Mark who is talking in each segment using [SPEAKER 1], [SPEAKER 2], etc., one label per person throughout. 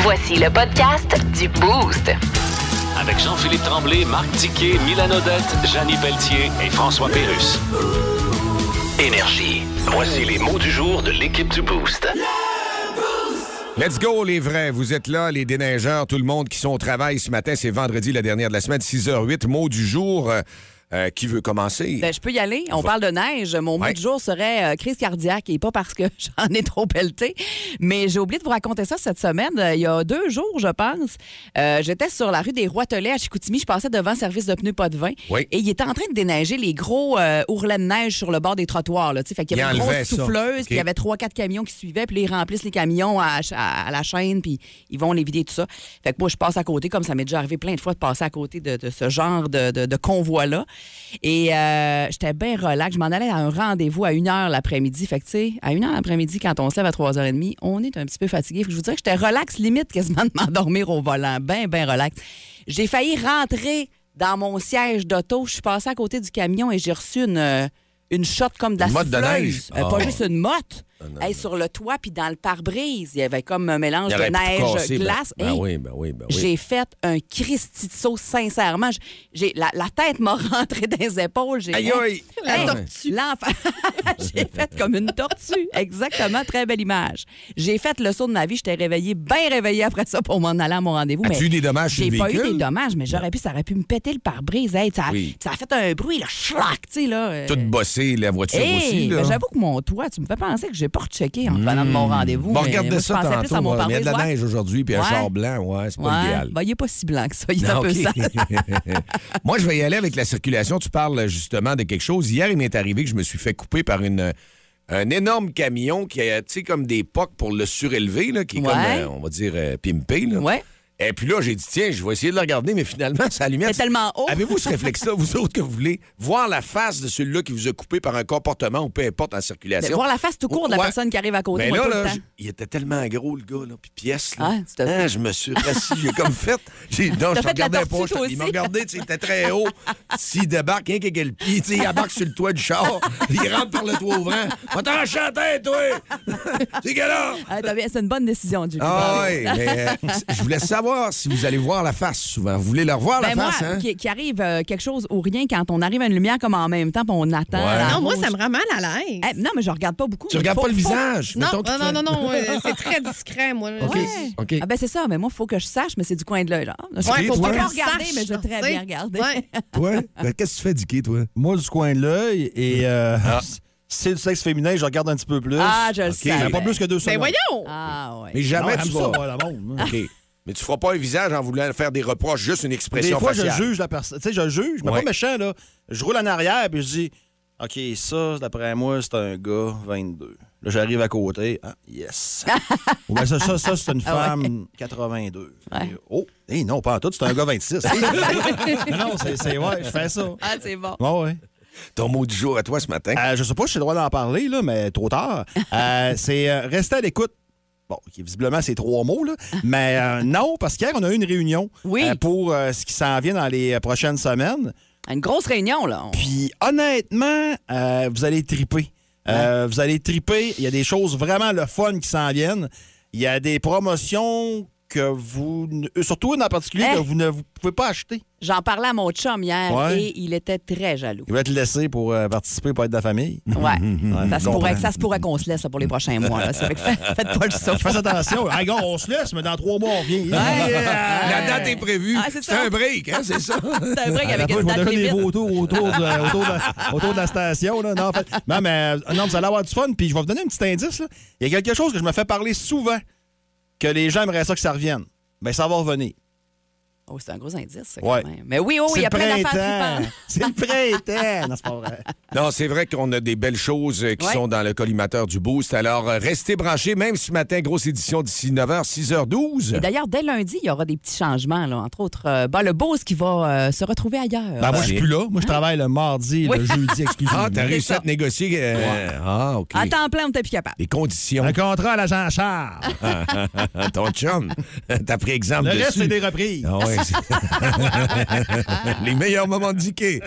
[SPEAKER 1] Voici le podcast du Boost.
[SPEAKER 2] Avec Jean-Philippe Tremblay, Marc Tiquet, Milan Odette, Janine Pelletier et François Pérus. Énergie. Voici les mots du jour de l'équipe du Boost.
[SPEAKER 3] Let's go, les vrais. Vous êtes là, les déneigeurs, tout le monde qui sont au travail ce matin. C'est vendredi, la dernière de la semaine, 6h08. Mot du jour. euh, euh, qui veut commencer?
[SPEAKER 4] Ben, je peux y aller. On
[SPEAKER 3] Va-
[SPEAKER 4] parle de neige. Mon mot
[SPEAKER 3] Ouais.
[SPEAKER 4] du jour serait euh, crise cardiaque et pas parce que j'en ai trop pelleté. Mais j'ai oublié de vous raconter ça cette semaine. Euh, Il y a deux jours, je pense, euh, j'étais sur la rue des Roitelets à Chicoutimi. Je passais devant service de pneus pas de vin.
[SPEAKER 3] Oui.
[SPEAKER 4] Et il était en train de déneiger les gros euh, ourlets de neige sur le bord des trottoirs. Là, Tu sais, fait qu'il y
[SPEAKER 3] Il
[SPEAKER 4] avait une
[SPEAKER 3] enlevait
[SPEAKER 4] grosse
[SPEAKER 3] ça.
[SPEAKER 4] souffleuse,
[SPEAKER 3] OK.
[SPEAKER 4] puis il y avait trois, quatre camions qui suivaient, puis là, ils remplissent les camions à, à- à la chaîne, puis ils vont les vider, tout ça. Fait que moi, je passe à côté, comme ça m'est déjà arrivé plein de fois de passer à côté de, de ce genre de, de- de convoi-là. Et euh, j'étais bien relax. Je m'en allais à un rendez-vous à 1 h l'après-midi. Fait que, tu sais, à 1 h l'après-midi, quand on se lève à 3h30, on est un petit peu fatigué. Fait que je vous dirais que j'étais relax, limite quasiment de m'endormir au volant. Ben, ben relax. J'ai failli rentrer dans mon siège d'auto. Je suis passée à côté du camion et j'ai reçu une. euh, une shot comme de la
[SPEAKER 3] Une motte de
[SPEAKER 4] souffleuse.
[SPEAKER 3] neige?
[SPEAKER 4] Euh, Pas
[SPEAKER 3] Ah.
[SPEAKER 4] juste une motte. Hey, sur le toit puis dans le pare-brise, il y avait comme un mélange
[SPEAKER 3] Il
[SPEAKER 4] de
[SPEAKER 3] aurait pu
[SPEAKER 4] neige,
[SPEAKER 3] casser, ben-
[SPEAKER 4] glace.
[SPEAKER 3] Ben,
[SPEAKER 4] Hey,
[SPEAKER 3] oui, ben oui, ben oui.
[SPEAKER 4] J'ai euh, fait un Christi de sauce, sincèrement. J- J'ai, la, la tête m'a rentré dans les épaules. J'ai,
[SPEAKER 3] Aïe, aïe!
[SPEAKER 4] Hey, l'enfer. J'ai fait comme une tortue. Exactement. Très belle image. J'ai fait le saut de ma vie. J'étais réveillée, bien réveillée après ça pour m'en aller à mon rendez-vous.
[SPEAKER 3] As-tu
[SPEAKER 4] mais
[SPEAKER 3] eu des dommages sur
[SPEAKER 4] J'ai
[SPEAKER 3] le
[SPEAKER 4] pas eu
[SPEAKER 3] véhicule?
[SPEAKER 4] des dommages, mais j'aurais pu, ça aurait pu me péter le pare-brise. Hey, ça, a-
[SPEAKER 3] Oui.
[SPEAKER 4] ça a fait un bruit, là, schlac, tu sais, là. euh,
[SPEAKER 3] Tout bossé, la voiture
[SPEAKER 4] Hey,
[SPEAKER 3] aussi. Là. Hmm.
[SPEAKER 4] ben j'avoue que mon toit, tu me fais penser que j'ai pas rechecké en venant de mon rendez-vous.
[SPEAKER 3] Bon,
[SPEAKER 4] mais
[SPEAKER 3] regardez
[SPEAKER 4] moi, je
[SPEAKER 3] ça
[SPEAKER 4] pensais plus à
[SPEAKER 3] tantôt.
[SPEAKER 4] mon
[SPEAKER 3] hein. Il y a de la
[SPEAKER 4] pare-brise, ouais.
[SPEAKER 3] neige aujourd'hui, puis un
[SPEAKER 4] Ouais.
[SPEAKER 3] char blanc, ouais, c'est pas
[SPEAKER 4] Ouais.
[SPEAKER 3] idéal.
[SPEAKER 4] Ben, il est pas si blanc que ça. Il est
[SPEAKER 3] Ah,
[SPEAKER 4] un peu
[SPEAKER 3] OK.
[SPEAKER 4] sale.
[SPEAKER 3] Moi, je vais y aller avec la circulation. Tu parles euh, justement de quelque chose. Hier, il m'est arrivé que je me suis fait couper par une, euh, un énorme camion qui a, tu sais, comme des pocs pour le surélever, là, qui est
[SPEAKER 4] Ouais.
[SPEAKER 3] comme, euh, on va dire, euh, pimpé. Là.
[SPEAKER 4] Ouais.
[SPEAKER 3] Et puis là, j'ai dit, tiens, je vais essayer de le regarder, mais finalement, sa lumière.
[SPEAKER 4] C'est tellement haut.
[SPEAKER 3] Avez-vous ce réflexe-là, vous autres, que vous voulez voir la face de celui-là qui vous a coupé par un comportement ou peu importe en circulation?
[SPEAKER 4] Mais Ben, voir la face tout court de la
[SPEAKER 3] Ouais.
[SPEAKER 4] personne qui arrive à côté,
[SPEAKER 3] Mais
[SPEAKER 4] moi,
[SPEAKER 3] là,
[SPEAKER 4] tout le
[SPEAKER 3] là,
[SPEAKER 4] temps.
[SPEAKER 3] j- il était tellement gros, le gars, là, puis pièce, là.
[SPEAKER 4] Ah, tu t'as-
[SPEAKER 3] Hein, je me suis rassis, j'ai comme fait. J'ai, non,
[SPEAKER 4] T'as
[SPEAKER 3] je te
[SPEAKER 4] fait la
[SPEAKER 3] regardais pas.
[SPEAKER 4] tortue,
[SPEAKER 3] je te-
[SPEAKER 4] toi
[SPEAKER 3] il m'a
[SPEAKER 4] aussi.
[SPEAKER 3] regardé, tu sais, il était très haut. S'il débarque, rien qu'avec le pied, tu sais, il embarque sur le toit du char, il rentre par le toit ouvrant. Va t'en chanter, toi! C'est gars-là!
[SPEAKER 4] Ah, t'as bien- c'est une bonne décision, Julie.
[SPEAKER 3] Ah oui, mais euh, je voulais savoir si vous allez voir la face souvent. Vous voulez leur voir
[SPEAKER 4] Ben,
[SPEAKER 3] la
[SPEAKER 4] moi,
[SPEAKER 3] face, hein?
[SPEAKER 4] qui, qui arrive euh, quelque chose ou rien quand on arrive à une lumière comme en même temps, puis on attend.
[SPEAKER 3] Ouais.
[SPEAKER 4] la
[SPEAKER 5] Non, Ah, moi,
[SPEAKER 4] rouge.
[SPEAKER 5] ça me rend mal à l'aise.
[SPEAKER 4] Eh, non, mais je regarde pas beaucoup.
[SPEAKER 3] Tu regardes
[SPEAKER 4] Faut-
[SPEAKER 3] pas le
[SPEAKER 4] faut-
[SPEAKER 3] visage?
[SPEAKER 5] non,
[SPEAKER 3] mettons, tu
[SPEAKER 5] non,
[SPEAKER 3] te-
[SPEAKER 5] non, non, non, euh, c'est très discret, moi.
[SPEAKER 3] OK.
[SPEAKER 4] Ouais.
[SPEAKER 3] OK.
[SPEAKER 4] Ah ben c'est ça, mais moi, il faut que je sache, mais c'est du coin de l'œil. là. Je
[SPEAKER 5] Ouais, faut pas
[SPEAKER 3] toi.
[SPEAKER 4] peux
[SPEAKER 5] qu'on
[SPEAKER 4] pas
[SPEAKER 5] le
[SPEAKER 4] regarder,
[SPEAKER 5] sache,
[SPEAKER 4] mais je vais très
[SPEAKER 5] tu sais.
[SPEAKER 4] bien regarder.
[SPEAKER 5] Ouais.
[SPEAKER 3] Toi, ben, qu'est-ce que tu fais, Dicky, toi?
[SPEAKER 6] Moi, du coin de l'œil, et euh, c'est du sexe féminin, je regarde un petit peu plus.
[SPEAKER 4] Ah, je le
[SPEAKER 3] Ah. OK.
[SPEAKER 4] savais.
[SPEAKER 6] Mais pas plus que deux
[SPEAKER 5] Ben
[SPEAKER 6] secondes.
[SPEAKER 5] voyons!
[SPEAKER 4] Ah ouais.
[SPEAKER 3] Mais
[SPEAKER 6] Non,
[SPEAKER 3] jamais
[SPEAKER 6] j'aime
[SPEAKER 3] tu
[SPEAKER 6] ça,
[SPEAKER 3] vas.
[SPEAKER 6] voir la monde, hein.
[SPEAKER 3] OK. Mais tu feras pas un visage en voulant faire des reproches, juste une
[SPEAKER 6] Des
[SPEAKER 3] expression
[SPEAKER 6] fois, je
[SPEAKER 3] faciale.
[SPEAKER 6] juge la personne. Tu sais, je juge, mais
[SPEAKER 3] Ouais.
[SPEAKER 6] pas méchant, là. Je roule en arrière, puis je dis, OK, ça, d'après moi, c'est un gars, 22. Là, j'arrive à côté. Ah, yes. Ou bien ça, ça, ça, c'est une
[SPEAKER 4] Ah
[SPEAKER 6] femme, 82. Et, Oh, hey, non, pas en tout, c'est un gars, 26. non, non, c'est, c'est- ouais, je fais ça.
[SPEAKER 4] Ah, c'est bon.
[SPEAKER 6] Ouais, ouais.
[SPEAKER 3] Ton mot du jour à toi ce matin.
[SPEAKER 6] Euh, je sais pas si j'ai le droit d'en parler, là, mais trop tard. Euh, c'est euh, rester à l'écoute. Bon, qui, visiblement, c'est trois mots, là. Mais euh, non, parce qu'hier, on a eu une réunion
[SPEAKER 4] Oui.
[SPEAKER 6] pour euh, ce qui s'en vient dans les euh, prochaines semaines.
[SPEAKER 4] Une grosse réunion, là. On-
[SPEAKER 6] Puis honnêtement, euh, vous allez triper. Euh, vous allez triper. Il y a des choses vraiment le fun qui s'en viennent. Il y a des promotions que vous, ne- euh, surtout une en particulier,
[SPEAKER 4] Hey.
[SPEAKER 6] que vous ne vous pouvez pas acheter.
[SPEAKER 4] J'en parlais à mon chum hier
[SPEAKER 6] Ouais.
[SPEAKER 4] et il était très jaloux.
[SPEAKER 6] Il va être laissé pour euh, participer, pour être de la famille.
[SPEAKER 4] Ouais. ça, se
[SPEAKER 6] comprends.
[SPEAKER 4] pourrait, que- ça se pourrait qu'on se laisse ça, pour les prochains mois. là. Ça fait que faites, faites pas le saut.
[SPEAKER 6] Fais attention. Hey, gars, on se laisse, mais dans trois mois, on revient.
[SPEAKER 3] La date est prévue.
[SPEAKER 4] Ah, c'est
[SPEAKER 3] c'est
[SPEAKER 4] ça.
[SPEAKER 3] un break, hein, c'est ça?
[SPEAKER 4] C'est un break
[SPEAKER 6] Ah,
[SPEAKER 4] avec
[SPEAKER 6] ben,
[SPEAKER 4] une
[SPEAKER 6] je vais
[SPEAKER 4] date
[SPEAKER 6] donner des
[SPEAKER 4] limite.
[SPEAKER 6] vautours autour de, euh, autour de- autour de la station. Là. Non, en fait, non, mais, euh, non, vous allez avoir du fun. Puis je vais vous donner un petit indice. là. Il y a quelque chose que je me fais parler souvent, que les gens aimeraient ça que ça revienne. Bien, ça va revenir.
[SPEAKER 4] Oh, c'est un gros indice, ça,
[SPEAKER 6] Ouais.
[SPEAKER 4] quand même. Mais oui, oh,
[SPEAKER 6] c'est
[SPEAKER 4] il y a
[SPEAKER 6] le
[SPEAKER 4] plein d'affaires
[SPEAKER 6] printemps. C'est le printemps. Non, c'est pas vrai.
[SPEAKER 3] Non, c'est vrai qu'on a des belles choses euh, qui
[SPEAKER 4] Ouais.
[SPEAKER 3] sont dans le collimateur du Boost. Alors, euh, restez branchés, même ce matin, grosse édition d'ici 9h, 6h12.
[SPEAKER 4] Et D'ailleurs, dès lundi, il y aura des petits changements, là. entre autres euh, ben, le Beauce qui va euh, se retrouver ailleurs.
[SPEAKER 6] Ben, moi, je suis plus là. Moi, je travaille le mardi et
[SPEAKER 4] Oui.
[SPEAKER 6] le jeudi exclusivement.
[SPEAKER 3] Ah, t'as réussi
[SPEAKER 4] ça.
[SPEAKER 3] à te négocier. euh, Ah, OK.
[SPEAKER 4] À temps plein, on n'était plus capable.
[SPEAKER 3] Les conditions. hein,
[SPEAKER 6] un contrat à l'agent Charles.
[SPEAKER 3] Ton chum, t'as pris exemple
[SPEAKER 6] Le reste,
[SPEAKER 3] dessus.
[SPEAKER 6] c'est des reprises.
[SPEAKER 3] Ah ouais.
[SPEAKER 7] Les meilleurs moments de Dicky.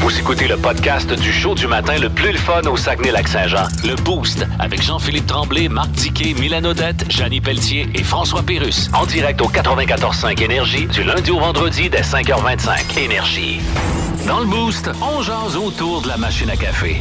[SPEAKER 2] Vous écoutez le podcast du show du matin le plus le fun au Saguenay-Lac-Saint-Jean. Le Boost avec Jean-Philippe Tremblay, Marc Diquet, Milan Odette, Janine Pelletier et François Pérus. En direct au 94.5 Énergie du lundi au vendredi dès 5h25. Énergie. Dans le Boost, on jase autour de la machine à café.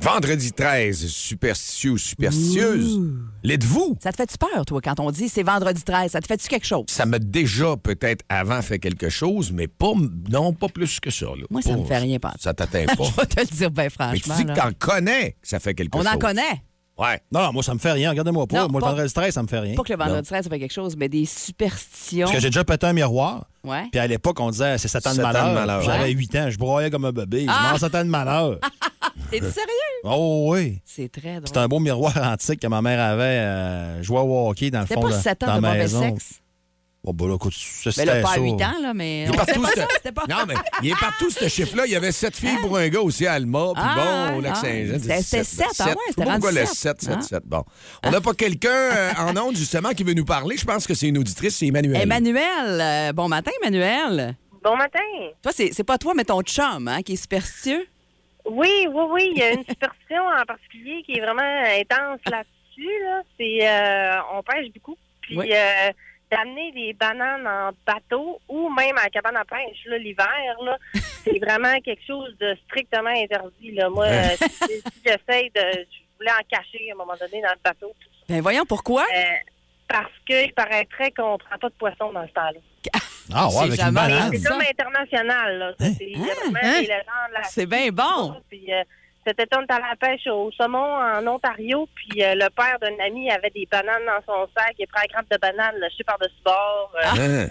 [SPEAKER 7] Vendredi 13, superstitieux ou superstitieuse. L'êtes-vous?
[SPEAKER 4] Ça te fait-tu peur, toi, quand on dit c'est vendredi 13? Ça te fait-tu quelque chose?
[SPEAKER 7] Ça m'a déjà peut-être avant fait quelque chose, mais pas, non, pas plus que ça. là.
[SPEAKER 4] Moi, ça
[SPEAKER 7] Pas-
[SPEAKER 4] me fait rien pas.
[SPEAKER 7] Ça t'atteint pas.
[SPEAKER 6] Oh.
[SPEAKER 4] Je vais te le dire bien
[SPEAKER 7] mais tu
[SPEAKER 4] franchement.
[SPEAKER 7] dis que
[SPEAKER 4] là.
[SPEAKER 7] t'en connais que ça fait quelque
[SPEAKER 4] on
[SPEAKER 7] chose.
[SPEAKER 4] en connaît.
[SPEAKER 7] Ouais.
[SPEAKER 6] Non, non, moi, ça me fait rien. Regardez-moi pas.
[SPEAKER 4] Non,
[SPEAKER 6] moi,
[SPEAKER 4] pas-
[SPEAKER 6] le vendredi 13, ça me fait rien.
[SPEAKER 4] Pas que le
[SPEAKER 6] Non.
[SPEAKER 4] vendredi 13, ça fait quelque chose, mais des superstitions.
[SPEAKER 6] Hein? Parce que j'ai déjà pété un miroir.
[SPEAKER 4] Ouais.
[SPEAKER 6] Puis à l'époque, on disait c'est Satan de
[SPEAKER 7] Satan de
[SPEAKER 6] malheur.
[SPEAKER 7] malheur.
[SPEAKER 6] J'avais
[SPEAKER 7] Ouais.
[SPEAKER 6] 8 ans, je broyais comme un bébé. Je
[SPEAKER 4] Ah!
[SPEAKER 6] mange Satan de malheur.
[SPEAKER 4] T'es-tu sérieux?
[SPEAKER 6] Oh oui.
[SPEAKER 4] C'est très drôle.
[SPEAKER 6] C'est un beau miroir antique que ma mère avait. euh, je jouais au hockey dans le
[SPEAKER 4] C'était
[SPEAKER 6] fond
[SPEAKER 4] pas
[SPEAKER 6] de,
[SPEAKER 4] 7
[SPEAKER 6] dans
[SPEAKER 4] ans de
[SPEAKER 6] la
[SPEAKER 4] mauvais
[SPEAKER 6] maison.
[SPEAKER 4] sexe.
[SPEAKER 6] Bon, bah là, écoute, ça,
[SPEAKER 4] Mais
[SPEAKER 6] c'était
[SPEAKER 4] là, pas à
[SPEAKER 6] ça.
[SPEAKER 4] 8 ans, là, mais.
[SPEAKER 7] Il est
[SPEAKER 4] on-
[SPEAKER 7] partout,
[SPEAKER 4] C'était
[SPEAKER 7] ce-
[SPEAKER 4] pas ça, c'était pas.
[SPEAKER 7] Non, mais il est partout, ce chiffre-là. Il y avait sept filles pour un gars aussi à Alma, puis
[SPEAKER 4] Ah,
[SPEAKER 7] bon, au lac
[SPEAKER 4] ah,
[SPEAKER 7] Saint-Jean.
[SPEAKER 4] c'était- c'était sept, ah ouais, c'était rendu
[SPEAKER 7] Pourquoi le
[SPEAKER 4] sept,
[SPEAKER 7] 7, 7,
[SPEAKER 4] hein?
[SPEAKER 7] 7? Bon. On n'a pas quelqu'un euh, en onde, justement, qui veut nous parler. Je pense que c'est une auditrice, c'est Emmanuel.
[SPEAKER 4] Emmanuel, euh, bon matin, Emmanuel.
[SPEAKER 5] Bon matin.
[SPEAKER 4] Toi, c'est c'est pas toi, mais ton chum, hein, qui est superstitieux.
[SPEAKER 5] Oui, oui, oui. Il y a une superstition en particulier qui est vraiment intense là-dessus. Là. C'est euh, on pêche beaucoup. Puis
[SPEAKER 4] Oui.
[SPEAKER 5] euh, d'amener des bananes en bateau ou même à la cabane à pêche là, l'hiver, là, c'est vraiment quelque chose de strictement interdit. Là. Moi, euh, si- si j'essaie de. Je voulais en cacher à un moment donné dans le bateau.
[SPEAKER 4] Ben voyons pourquoi.
[SPEAKER 5] Euh, parce qu'il paraîtrait qu'on ne prend pas de poisson dans ce temps-là.
[SPEAKER 6] Ah ouais,
[SPEAKER 4] J'ai
[SPEAKER 6] avec une
[SPEAKER 4] jamais
[SPEAKER 6] banane.
[SPEAKER 4] regardé.
[SPEAKER 5] C'est
[SPEAKER 4] ça.
[SPEAKER 5] comme international. Là. Ça, C'est vraiment
[SPEAKER 8] Hein?
[SPEAKER 5] des légendes là-
[SPEAKER 4] C'est bien bon.
[SPEAKER 5] puis, euh, cet été, on était à la pêche au saumon en Ontario. Puis euh, le père d'un ami avait des bananes dans son sac. Il prend la grappe de banane, le chute par-dessus bord.
[SPEAKER 4] Ah.
[SPEAKER 5] Euh,
[SPEAKER 7] Hein?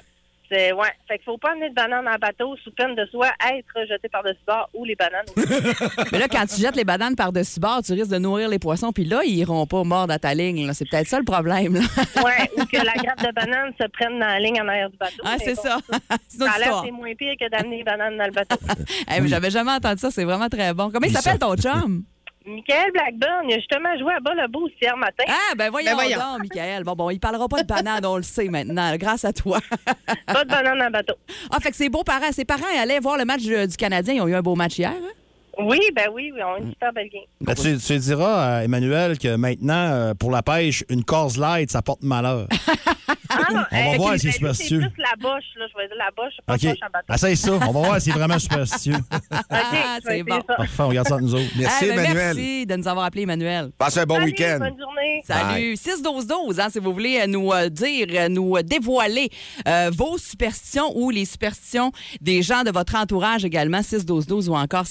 [SPEAKER 5] c'est- ouais. Fait qu'il faut pas amener de bananes en bateau sous peine de soit être jeté par-dessus bord ou les bananes.
[SPEAKER 4] Mais là, quand tu jettes les bananes par-dessus bord, tu risques de nourrir les poissons, puis là, ils iront pas morts dans ta ligne. là. C'est peut-être ça le problème. là.
[SPEAKER 5] ouais, ou que la grappe de banane se prenne dans la ligne en arrière du bateau.
[SPEAKER 4] Ah,
[SPEAKER 5] Mais
[SPEAKER 4] c'est
[SPEAKER 5] bon,
[SPEAKER 4] ça. C'est une
[SPEAKER 5] Ça
[SPEAKER 4] autre
[SPEAKER 5] a l'air
[SPEAKER 4] histoire.
[SPEAKER 5] c'est moins pire que d'amener les bananes dans le bateau.
[SPEAKER 4] Hey, mais J'avais jamais entendu ça, c'est vraiment très bon. Comment il
[SPEAKER 6] Oui,
[SPEAKER 4] s'appelle ton chum?
[SPEAKER 5] Michael Blackburn, il a justement joué à bas le beau hier matin.
[SPEAKER 4] Ah, ben voyons,
[SPEAKER 8] Ben voyons.
[SPEAKER 4] donc, Michael. Bon, bon, il parlera pas de bananes, on le sait maintenant, grâce à toi.
[SPEAKER 5] Pas de bananes en bateau.
[SPEAKER 4] Ah, fait que ses beaux-parents, ses parents allaient voir le match euh, du Canadien. Ils ont eu un beau match hier. hein?
[SPEAKER 5] Oui, ben oui, oui, on a une super belle game.
[SPEAKER 6] Ben, tu, tu diras, euh, Emmanuel, que maintenant, euh, pour la pêche, une cause light, ça porte malheur.
[SPEAKER 5] Ah,
[SPEAKER 6] On va
[SPEAKER 5] euh,
[SPEAKER 6] voir
[SPEAKER 5] c'est-
[SPEAKER 6] si c'est
[SPEAKER 5] c'est
[SPEAKER 6] superstitieux.
[SPEAKER 5] plus la bouche, là. Je vais dire la bouche, pas
[SPEAKER 6] OK.
[SPEAKER 5] la bouche en bateau.
[SPEAKER 6] Essaye ça. On va voir si c'est vraiment superstitieux.
[SPEAKER 5] OK,
[SPEAKER 4] Ah,
[SPEAKER 5] je vais
[SPEAKER 4] c'est
[SPEAKER 5] essayer
[SPEAKER 4] bon.
[SPEAKER 5] ça.
[SPEAKER 6] Parfait, on regarde ça entre nous autres.
[SPEAKER 7] Merci,
[SPEAKER 4] Eh ben,
[SPEAKER 7] Emmanuel.
[SPEAKER 4] Merci de nous avoir appelé, Emmanuel.
[SPEAKER 7] Passe un bon
[SPEAKER 5] Salut,
[SPEAKER 7] week-end.
[SPEAKER 5] Bonne journée.
[SPEAKER 4] Salut. 6-12-12, hein, si vous voulez euh, nous euh, dire, euh, nous euh, dévoiler euh, vos superstitions ou les superstitions des gens de votre entourage également. 6-12-12 ou encore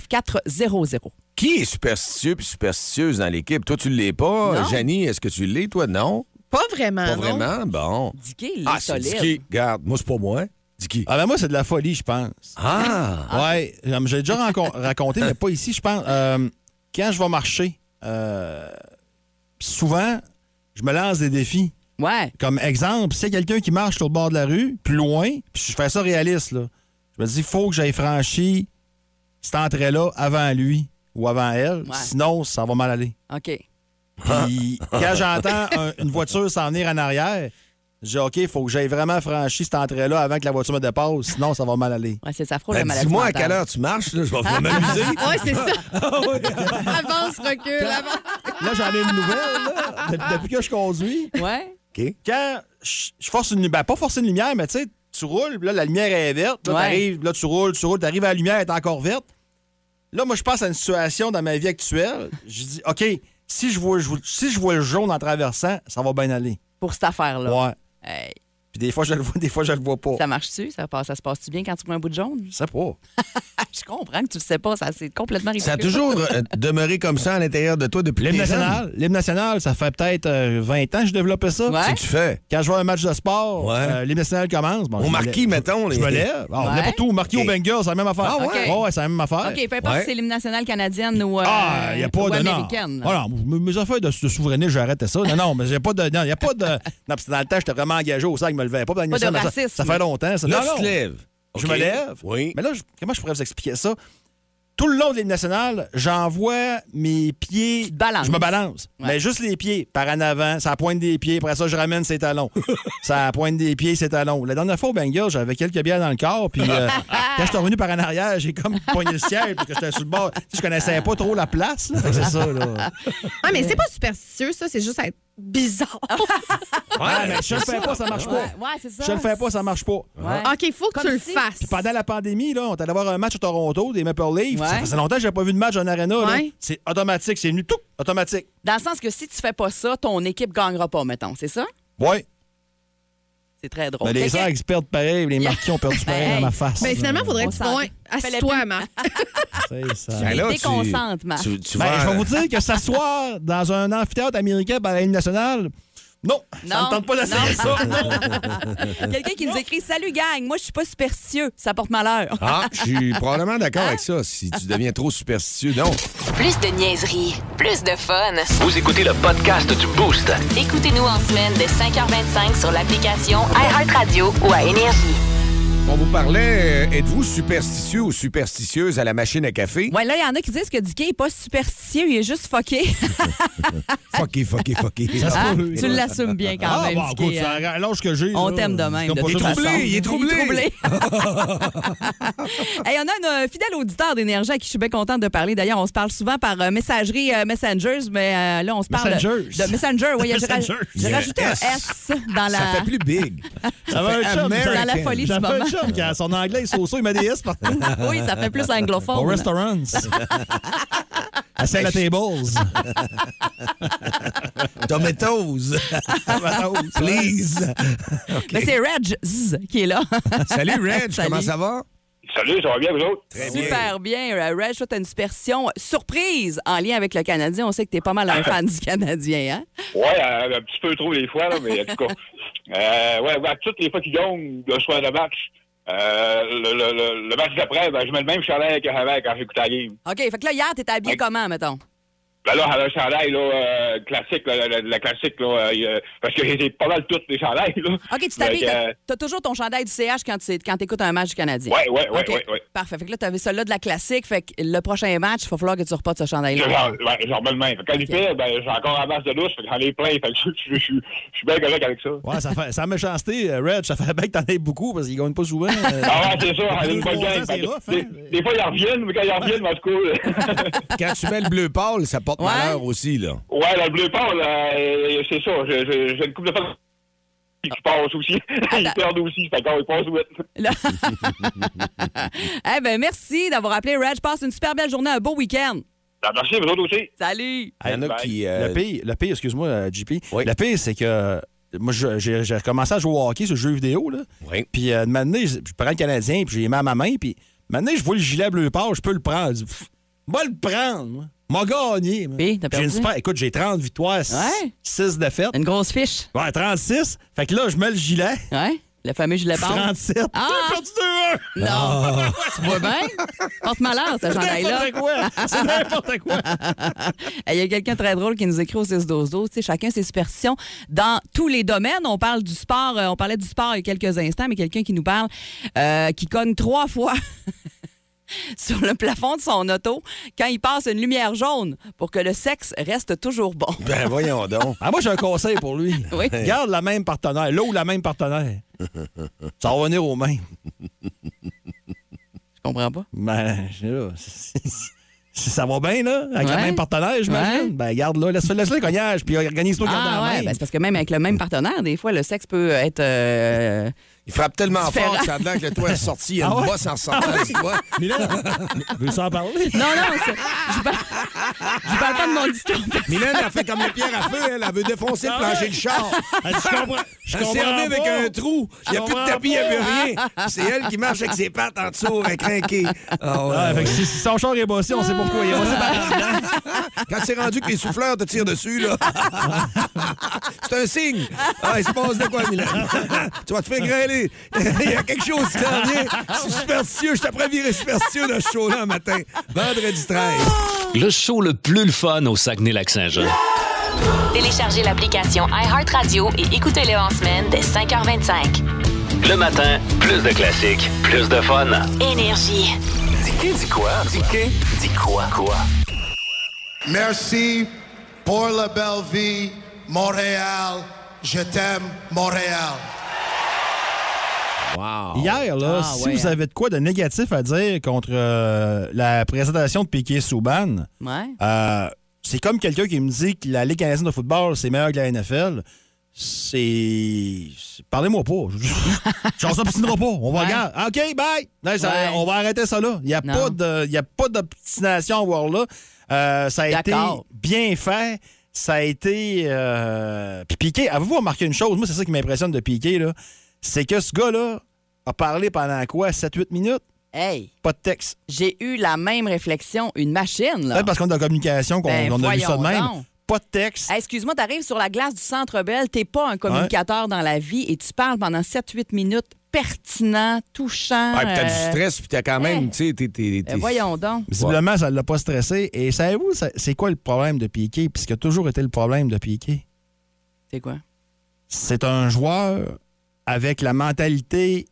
[SPEAKER 4] 690-9400.
[SPEAKER 7] Qui est superstitieux puis superstitieuse dans l'équipe? Toi, tu l'es pas.
[SPEAKER 4] Non.
[SPEAKER 7] Janie, est-ce que tu l'es, toi? Non?
[SPEAKER 8] Pas vraiment.
[SPEAKER 7] Pas
[SPEAKER 6] Ah,
[SPEAKER 8] non.
[SPEAKER 7] vraiment? Bon.
[SPEAKER 4] Dicky, il est
[SPEAKER 7] Ah, c'est
[SPEAKER 4] solide.
[SPEAKER 7] Dicky. Regarde, moi, c'est pas moi. Dicky.
[SPEAKER 6] Ah ben moi, c'est de la folie, je pense.
[SPEAKER 7] Ah!
[SPEAKER 6] Ouais, euh, j'ai déjà rancon- raconté, mais pas ici, je pense. Euh, quand je vais marcher, euh, souvent, je me lance des défis.
[SPEAKER 4] Ouais.
[SPEAKER 6] Comme exemple, s'il y a quelqu'un qui marche sur le bord de la rue, plus loin, puis je fais ça réaliste, là. Je me dis, il faut que j'aille franchir cette entrée-là avant lui ou avant elle.
[SPEAKER 4] Ouais.
[SPEAKER 6] Sinon, ça va mal aller.
[SPEAKER 4] OK.
[SPEAKER 6] Puis quand j'entends un- une voiture s'en venir en arrière, je dis, OK, il faut que j'aille vraiment franchir cette entrée-là avant que la voiture me dépasse. Sinon, ça va mal aller.
[SPEAKER 4] Ouais, c'est ça frôle
[SPEAKER 7] Ben,
[SPEAKER 4] la maladie.
[SPEAKER 7] Dis-moi à
[SPEAKER 4] mentale.
[SPEAKER 7] quelle heure tu marches, là, je vais je vais m'amuser.
[SPEAKER 8] Ouais, c'est ça.
[SPEAKER 3] Ah
[SPEAKER 8] avance, recul, avance.
[SPEAKER 6] Là, j'en ai une nouvelle, là, de- depuis que je conduis.
[SPEAKER 4] Ouais.
[SPEAKER 6] Quand je je force une lumière, pas forcer une lumière, mais tu sais, tu roules, puis là, la lumière est verte. Là,
[SPEAKER 4] Ouais.
[SPEAKER 6] t'arrives, là, tu roules, tu roules, t'arrives à la lumière, elle est encore verte. Là, moi, je pense à une situation dans ma vie actuelle. Je dis, OK, si je vois, je vois- si je vois le jaune en traversant, ça va bien aller.
[SPEAKER 4] Pour cette affaire-là.
[SPEAKER 6] Ouais.
[SPEAKER 4] Hey,
[SPEAKER 6] Puis des fois, je le vois, des fois, je le vois pas.
[SPEAKER 4] ça marche-tu? Ça, passe- ça se passe-tu bien quand tu prends un bout de jaune?
[SPEAKER 6] Je sais pas.
[SPEAKER 4] Je comprends que tu le sais pas. Ça, c'est complètement ridicule.
[SPEAKER 7] Ça a toujours euh, demeuré comme ça à l'intérieur de toi depuis
[SPEAKER 6] L'hymne
[SPEAKER 7] tes jeunes.
[SPEAKER 6] national, l'hymne national, ça fait peut-être euh, 20 ans que je développais ça.
[SPEAKER 4] Ouais.
[SPEAKER 7] C'est que tu fais.
[SPEAKER 6] Quand je vois un match de sport,
[SPEAKER 7] Ouais.
[SPEAKER 6] euh, l'hymne national commence. Bon, je
[SPEAKER 7] Au
[SPEAKER 6] me
[SPEAKER 7] marquis,
[SPEAKER 6] lève-
[SPEAKER 7] mettons.
[SPEAKER 6] Je
[SPEAKER 7] les-
[SPEAKER 6] me lève. Ah,
[SPEAKER 4] Ouais.
[SPEAKER 6] N'importe où, au marquis au
[SPEAKER 7] Ok.
[SPEAKER 6] Bengals, c'est la même affaire.
[SPEAKER 7] Ah ouais?
[SPEAKER 6] Ouais, ouais, c'est la même affaire.
[SPEAKER 4] OK, peu importe
[SPEAKER 7] Ouais.
[SPEAKER 4] si c'est l'hymne national canadienne ou, euh,
[SPEAKER 6] Ah, il n'y a pas
[SPEAKER 4] ou
[SPEAKER 6] de. Non.
[SPEAKER 4] américaine.
[SPEAKER 6] Ah, non, mes- mes affaires de, de souveraineté, j'arrêtais ça. Non, non, mais il n'y a pas de. Non, il y a pas de. Non, parce que dans le temps, j'étais vraiment engagé au sac, je me levais pas. dans l'hymne
[SPEAKER 4] Pas de
[SPEAKER 6] national, ça,
[SPEAKER 4] racisme.
[SPEAKER 6] ça fait longtemps. Ça.
[SPEAKER 7] Là,
[SPEAKER 6] Non,
[SPEAKER 7] tu te
[SPEAKER 6] non.
[SPEAKER 7] lèves.
[SPEAKER 6] Je
[SPEAKER 7] OK.
[SPEAKER 6] me lève.
[SPEAKER 7] Oui.
[SPEAKER 6] Mais là, je- comment je pourrais vous expliquer ça? Tout le long de l'hymne national, j'envoie mes pieds.
[SPEAKER 4] balances.
[SPEAKER 6] Je me balance.
[SPEAKER 4] Ouais.
[SPEAKER 6] Mais juste les pieds, par en avant, ça pointe des pieds. Après ça, je ramène ses talons. ça pointe des pieds, ses talons. La dernière fois au Bengals, j'avais quelques bières dans le corps. Puis euh, quand je suis revenu par en arrière, j'ai comme poigné le ciel parce que j'étais sur le bord. Tu sais, Je connaissais pas trop la place. là. Fait que C'est ça, là.
[SPEAKER 5] Ah, mais c'est pas superstitieux, ça. C'est juste être bizarre.
[SPEAKER 6] Ouais, Ah, mais je le fais pas, ça marche pas.
[SPEAKER 4] Ouais, ouais, c'est ça.
[SPEAKER 6] Je le fais pas, Ah. ça marche pas.
[SPEAKER 4] Ouais. Ah,
[SPEAKER 5] OK, faut que
[SPEAKER 4] Comme
[SPEAKER 5] tu le
[SPEAKER 4] si-
[SPEAKER 5] fasses.
[SPEAKER 6] Puis pendant la pandémie, là, on est allé voir un match à Toronto, des Maple Leafs.
[SPEAKER 4] Ouais.
[SPEAKER 6] Ça faisait longtemps que j'avais pas vu de match en arena. là.
[SPEAKER 5] Ouais.
[SPEAKER 6] C'est automatique, c'est venu tout automatique.
[SPEAKER 4] Dans le sens que si tu fais pas ça, ton équipe gagnera pas, mettons. C'est ça?
[SPEAKER 6] Ouais.
[SPEAKER 4] C'est très drôle.
[SPEAKER 6] Mais Ben, les
[SPEAKER 4] Fait que-
[SPEAKER 6] gens qui se perdent pareil, les marquis ont perdu pareil dans ma face.
[SPEAKER 5] Ben, finalement, il faudrait que tu
[SPEAKER 4] On
[SPEAKER 5] sois
[SPEAKER 4] s'en-
[SPEAKER 5] assis-toi, Marc.
[SPEAKER 6] C'est ça.
[SPEAKER 3] Ben là, tu-
[SPEAKER 4] déconcentre, Marc.
[SPEAKER 3] tu- tu
[SPEAKER 6] Ben,
[SPEAKER 3] vas-
[SPEAKER 6] je vais vous dire que s'asseoir dans un amphithéâtre américain par la Ligue nationale, non, ça
[SPEAKER 4] Non,
[SPEAKER 6] me tente pas d'essayer
[SPEAKER 4] non.
[SPEAKER 6] ça. non.
[SPEAKER 4] Quelqu'un qui nous écrit Salut, gang, moi, je suis pas superstitieux. Ça porte malheur.
[SPEAKER 3] Ah, je suis probablement d'accord avec ça. Si tu deviens trop superstitieux, non.
[SPEAKER 1] Plus de niaiserie, plus de fun.
[SPEAKER 2] Vous écoutez le podcast du Boost.
[SPEAKER 1] Écoutez-nous en semaine de 5h25 sur l'application iHeartRadio ou à Énergie.
[SPEAKER 3] On vous parlait, euh, êtes-vous superstitieux ou superstitieuse à la machine à café?
[SPEAKER 4] Ouais, là, il y en a qui disent que Dicky est pas superstitieux, il est juste fucké.
[SPEAKER 3] Fucky, fucky, fucky. Ah,
[SPEAKER 6] Ça se
[SPEAKER 4] Hein?
[SPEAKER 6] peut, oui.
[SPEAKER 4] Tu l'assumes bien quand
[SPEAKER 6] Ah,
[SPEAKER 4] même.
[SPEAKER 6] bon,
[SPEAKER 4] Dicky,
[SPEAKER 6] écoute,
[SPEAKER 4] hein.
[SPEAKER 6] c'est la- l'âge que j'ai.
[SPEAKER 4] On
[SPEAKER 6] là,
[SPEAKER 4] t'aime de
[SPEAKER 6] c'est
[SPEAKER 4] même,
[SPEAKER 6] comme
[SPEAKER 4] de
[SPEAKER 6] pas
[SPEAKER 4] toute
[SPEAKER 6] ça.
[SPEAKER 4] façon.
[SPEAKER 3] troublé, il est troublé.
[SPEAKER 4] Hey, on a un euh, fidèle auditeur d'énergie à qui je suis bien contente de parler. D'ailleurs, on se parle souvent par euh, messagerie euh, Messengers, mais euh, là, on se parle
[SPEAKER 6] Messengers.
[SPEAKER 4] de Messenger. Oui, j'ai
[SPEAKER 6] Messengers.
[SPEAKER 4] raj-
[SPEAKER 3] Il y
[SPEAKER 4] j'ai
[SPEAKER 3] a un
[SPEAKER 4] rajouté un
[SPEAKER 3] S.
[SPEAKER 4] S dans
[SPEAKER 3] Ça fait
[SPEAKER 4] la...
[SPEAKER 3] plus big.
[SPEAKER 6] Ça va
[SPEAKER 3] fait
[SPEAKER 6] un chum,
[SPEAKER 3] American.
[SPEAKER 4] Dans la folie du
[SPEAKER 6] J'avais
[SPEAKER 4] moment.
[SPEAKER 6] un chum qui a son anglais, il sauce, il met des S partout.
[SPEAKER 4] oui, ça fait plus anglophone.
[SPEAKER 6] Au restaurants. À la tables.
[SPEAKER 3] Tomatoes. Please.
[SPEAKER 4] Mais c'est Reg Zzz, qui est là.
[SPEAKER 3] Salut, Reg.
[SPEAKER 4] Salut.
[SPEAKER 3] Comment ça va?
[SPEAKER 9] Salut, ça va bien, vous autres?
[SPEAKER 3] Très
[SPEAKER 4] Super bien. Euh, Reg, toi, t'as une superstition surprise en lien avec le Canadien. On sait que t'es pas mal un fan du Canadien, hein?
[SPEAKER 9] Ouais, euh, un petit peu trop des fois, là, mais en tout cas. Euh, ouais, bah, toutes les fois qu'ils gagnent le soir de match, euh, le, le- le- le match d'après, ben, je mets le même chandail qu'avant quand j'écoute la game.
[SPEAKER 4] OK, fait que là, hier, t'étais habillé
[SPEAKER 9] Ouais.
[SPEAKER 4] comment, mettons?
[SPEAKER 9] Ben là, j'avais un chandail là, euh, classique, là, la, la- la classique, là, euh, parce que j'ai pas mal toutes les chandails. Là.
[SPEAKER 4] OK, tu
[SPEAKER 9] Fait
[SPEAKER 4] t'habilles.
[SPEAKER 9] que,
[SPEAKER 4] t'as-
[SPEAKER 9] euh,
[SPEAKER 4] T'as toujours ton chandail du CH quand tu quand t'écoutes un match du Canadien.
[SPEAKER 9] Ouais, ouais, ouais,
[SPEAKER 4] OK,
[SPEAKER 9] ouais, ouais.
[SPEAKER 4] Parfait. Fait que là, t'avais ça là de la classique. Fait que le prochain match, il va falloir que tu reportes ce chandail-là.
[SPEAKER 9] J'en ouais, j'en remets le même. Fait que Quand il fait, ben, j'ai encore un match de lousse, fait que j'en ai plein. Fait que je je- je- je suis je suis bien correct avec ça.
[SPEAKER 6] Ouais, ça fait, sa méchanceté, euh, Reg, ça fait bien que t'en aies beaucoup parce qu'ils gagnent pas souvent. euh.
[SPEAKER 9] Ah ouais, c'est ça,
[SPEAKER 6] Ça fait
[SPEAKER 9] on a
[SPEAKER 6] deux,
[SPEAKER 9] une bonne
[SPEAKER 6] trois
[SPEAKER 9] game.
[SPEAKER 6] ans, c'est
[SPEAKER 9] Fait que
[SPEAKER 6] rough,
[SPEAKER 9] des,
[SPEAKER 6] hein?
[SPEAKER 9] des fois, ils en reviennent, mais quand ils en reviennent, en tout cas.
[SPEAKER 3] Quand tu mets le bleu pâle, ça porte
[SPEAKER 4] Ouais.
[SPEAKER 3] malheur aussi, là.
[SPEAKER 9] Ouais, le bleu pâle, euh, c'est ça. je- je- J'ai une couple de fois qui passent aussi. Ils perdent aussi, c'est d'accord, ils passent vite.
[SPEAKER 4] Là- Eh ben merci d'avoir appelé, Reg. Passe une super belle journée, un beau week-end.
[SPEAKER 9] Ah, Merci, vous autres aussi.
[SPEAKER 4] Salut!
[SPEAKER 3] Il y en a
[SPEAKER 9] Hey,
[SPEAKER 3] qui. euh,
[SPEAKER 6] Le pire, le pire, excuse-moi, euh, JP.
[SPEAKER 3] Oui.
[SPEAKER 6] Le pire, c'est que euh, moi, je- j'ai j'ai recommencé à jouer au hockey sur le jeu vidéo. Là.
[SPEAKER 3] Oui.
[SPEAKER 6] Puis, euh, de maintenant, je je prends le Canadien, puis je les mets à ma main. Puis, maintenant, je vois le gilet bleu pâle, je peux le prendre. Je dis, Pff, Moi, le prendre, moi. Moi, gagné. moi.
[SPEAKER 4] Puis, t'as
[SPEAKER 6] J'ai une
[SPEAKER 4] perdu?
[SPEAKER 6] super- Écoute, j'ai 30 victoires,
[SPEAKER 4] Ouais.
[SPEAKER 6] 6 défaites.
[SPEAKER 4] Une grosse fiche.
[SPEAKER 6] Ouais, 36. Fait que là, je mets le gilet.
[SPEAKER 4] Ouais? Le fameux gilet pâle.
[SPEAKER 6] 37.
[SPEAKER 4] Ah!
[SPEAKER 6] J'ai perdu 2-1.
[SPEAKER 4] Non! tu vois bien? Porte malheur, ce chandail-là.
[SPEAKER 6] N'importe quoi. C'est n'importe quoi.
[SPEAKER 4] Eh, Il y a quelqu'un de très drôle qui nous écrit au 6-12-12. Tu sais, Chacun ses superstitions dans tous les domaines. On parle du sport. euh, on parlait du sport il y a quelques instants, mais quelqu'un qui nous parle, euh, qui cogne trois fois sur le plafond de son auto quand il passe une lumière jaune pour que le sexe reste toujours bon.
[SPEAKER 3] Ben, voyons donc.
[SPEAKER 6] Ah, moi, j'ai un conseil pour lui.
[SPEAKER 4] Oui.
[SPEAKER 6] Garde la même partenaire, là ou la même partenaire. Ça va venir au même.
[SPEAKER 4] Je comprends pas.
[SPEAKER 6] Ben, je sais là, si- si- si ça va bien, là, avec la
[SPEAKER 4] Ouais.
[SPEAKER 6] même partenaire, j'imagine.
[SPEAKER 4] Ouais.
[SPEAKER 6] Ben, garde-la, laisse-le laisse le cognage, puis organise-toi garde
[SPEAKER 4] Ah
[SPEAKER 6] la
[SPEAKER 4] ouais,
[SPEAKER 6] même.
[SPEAKER 4] ben, c'est parce que même avec le même partenaire, des fois, le sexe peut être... euh,
[SPEAKER 3] Il frappe tellement
[SPEAKER 4] Différent.
[SPEAKER 3] fort que ça a l'air que le toit est sorti. Il y a une
[SPEAKER 6] Ah ouais?
[SPEAKER 3] bosse en sortant du toit.
[SPEAKER 6] Mais là, veux-tu en parler?
[SPEAKER 4] Non, non, c'est- je parle... je parle pas de mon discours.
[SPEAKER 3] Mylène, elle fait comme les pierres à feu. Elle, elle veut défoncer le plancher de char.
[SPEAKER 6] Ah, tu comprends? Je
[SPEAKER 3] Elle s'est
[SPEAKER 6] comprends.
[SPEAKER 3] revenue avec
[SPEAKER 6] pas.
[SPEAKER 3] un trou. Il n'y a
[SPEAKER 6] Je
[SPEAKER 3] plus de
[SPEAKER 6] comprends
[SPEAKER 3] tapis, il n'y a plus rien. C'est elle qui marche avec ses pattes en dessous, avec crinqué. Ah ouais,
[SPEAKER 6] Ah, fait
[SPEAKER 3] ouais.
[SPEAKER 6] que si, si son char est bossé, on sait pourquoi. Il est bossé
[SPEAKER 4] Ah.
[SPEAKER 6] par
[SPEAKER 3] Quand c'est rendu que les souffleurs te tirent dessus, là. c'est un signe. Ah, il se passe de quoi, Mylène? tu vas te faire grêler. il y a quelque chose qui s'en vient. Je suis superstitieux. Je t'apprends à virer superstitieux de ce show-là un matin. Vendredi 13.
[SPEAKER 2] Le show le plus le fun au Saguenay-Lac-Saint-Jean.
[SPEAKER 1] Téléchargez l'application iHeartRadio et écoutez-le en semaine dès 5h25.
[SPEAKER 2] Le matin, plus de classiques, plus de fun.
[SPEAKER 1] Énergie.
[SPEAKER 2] Dicky dit quoi? Dicky dit quoi? Quoi?
[SPEAKER 10] Merci pour la belle vie, Montréal. Je t'aime, Montréal.
[SPEAKER 6] Wow. Hier, là,
[SPEAKER 4] Ah,
[SPEAKER 6] si
[SPEAKER 4] ouais,
[SPEAKER 6] vous
[SPEAKER 4] hein.
[SPEAKER 6] avez de quoi de négatif à dire contre euh, la présentation de Piquet Souban,
[SPEAKER 4] Ouais.
[SPEAKER 6] euh, c'est comme quelqu'un qui me dit que la Ligue canadienne de football, c'est meilleur que la NFL. C'est. c'est- Parlez-moi pas. J'en s'obstinera pas. On va
[SPEAKER 4] Ouais.
[SPEAKER 6] regarder. Ah, OK, bye. Là, ça-
[SPEAKER 4] Ouais.
[SPEAKER 6] On va arrêter ça là. Il n'y a,
[SPEAKER 4] Non.
[SPEAKER 6] pas de- il y a pas d'obstination à voir là. Euh, ça a été
[SPEAKER 4] D'accord.
[SPEAKER 6] bien fait. Ça a été. euh, Puis Piqué, avez-vous remarqué une chose? Moi, c'est ça qui m'impressionne de Piqué, là. C'est que ce gars-là a parlé pendant quoi? 7-8 minutes?
[SPEAKER 4] Hey,
[SPEAKER 6] Pas de texte.
[SPEAKER 4] j'ai eu la même réflexion. Une machine, là.
[SPEAKER 6] Peut-être parce qu'on a de la communication qu'on
[SPEAKER 4] Ben,
[SPEAKER 6] on a vu ça de
[SPEAKER 4] voyons
[SPEAKER 6] même.
[SPEAKER 4] donc.
[SPEAKER 6] Pas de texte.
[SPEAKER 4] Hey, Excuse-moi, t'arrives sur la glace du Centre Bell, t'es pas un communicateur dans la vie et tu parles pendant 7-8 minutes pertinent, touchant.
[SPEAKER 7] Ouais, Ah, puis t'as
[SPEAKER 4] euh,
[SPEAKER 7] du stress, puis t'as quand même,
[SPEAKER 4] ouais.
[SPEAKER 7] tu sais, t'es- t'es-
[SPEAKER 4] euh,
[SPEAKER 7] t'es-
[SPEAKER 4] voyons donc.
[SPEAKER 6] Visiblement, ça ne l'a pas stressé. Et savez-vous, ça- c'est quoi le problème de Piqué? Puis ce qui a toujours été le problème de Piqué,
[SPEAKER 4] C'est quoi?
[SPEAKER 6] c'est un joueur avec la mentalité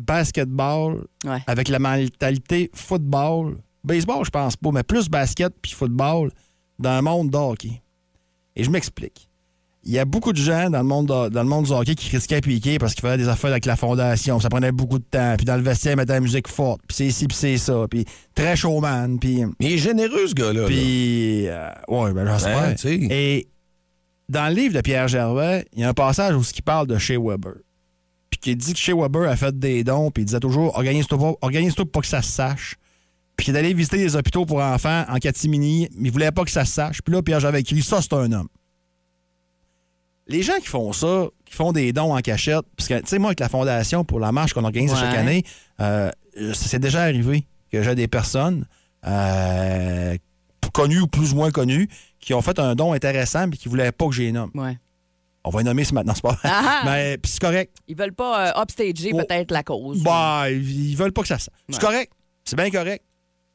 [SPEAKER 6] basketball,
[SPEAKER 4] Ouais.
[SPEAKER 6] avec la mentalité football. Baseball, je pense pas, mais plus basket puis football dans le monde de hockey. Et je m'explique. Il y a beaucoup de gens dans le monde, de- dans le monde du hockey qui risquaient Piqué parce qu'ils faisaient des affaires avec la fondation. Ça prenait beaucoup de temps. Puis dans le vestiaire, ils mettaient la musique forte. Puis c'est ci, puis c'est ça. Puis très showman. Puis...
[SPEAKER 7] Il est généreux, ce gars-là. là.
[SPEAKER 6] Puis, euh, ouais, ben j'espère.
[SPEAKER 7] Ouais, tu sais.
[SPEAKER 6] Et dans le livre de Pierre Gervais, il y a un passage où il parle de Shea Weber. Puis qui dit que Shea Weber a fait des dons, puis il disait toujours organise-toi pas, organise-toi pour pas que ça se sache. Puis il est allé visiter des hôpitaux pour enfants en catimini, mais il voulait pas que ça se sache. Puis là, Pierre Gervais a écrit Ça, c'est un homme. Les gens qui font ça, qui font des dons en cachette, parce que, tu sais, moi, avec la fondation pour la marche qu'on organise
[SPEAKER 4] Ouais.
[SPEAKER 6] chaque année, euh, c'est déjà arrivé que j'ai des personnes euh, connues ou plus ou moins connues qui ont fait un don intéressant mais qui voulaient pas que j'ai nomme.
[SPEAKER 4] Ouais.
[SPEAKER 6] On va les nommer ce maintenant, c'est pas vrai.
[SPEAKER 4] Ah!
[SPEAKER 6] Mais puis c'est correct.
[SPEAKER 4] Ils veulent pas euh, upstager
[SPEAKER 6] Oh.
[SPEAKER 4] peut-être la cause.
[SPEAKER 6] Bah, ils ils veulent pas que ça se-
[SPEAKER 4] Ouais.
[SPEAKER 6] C'est correct. C'est bien correct.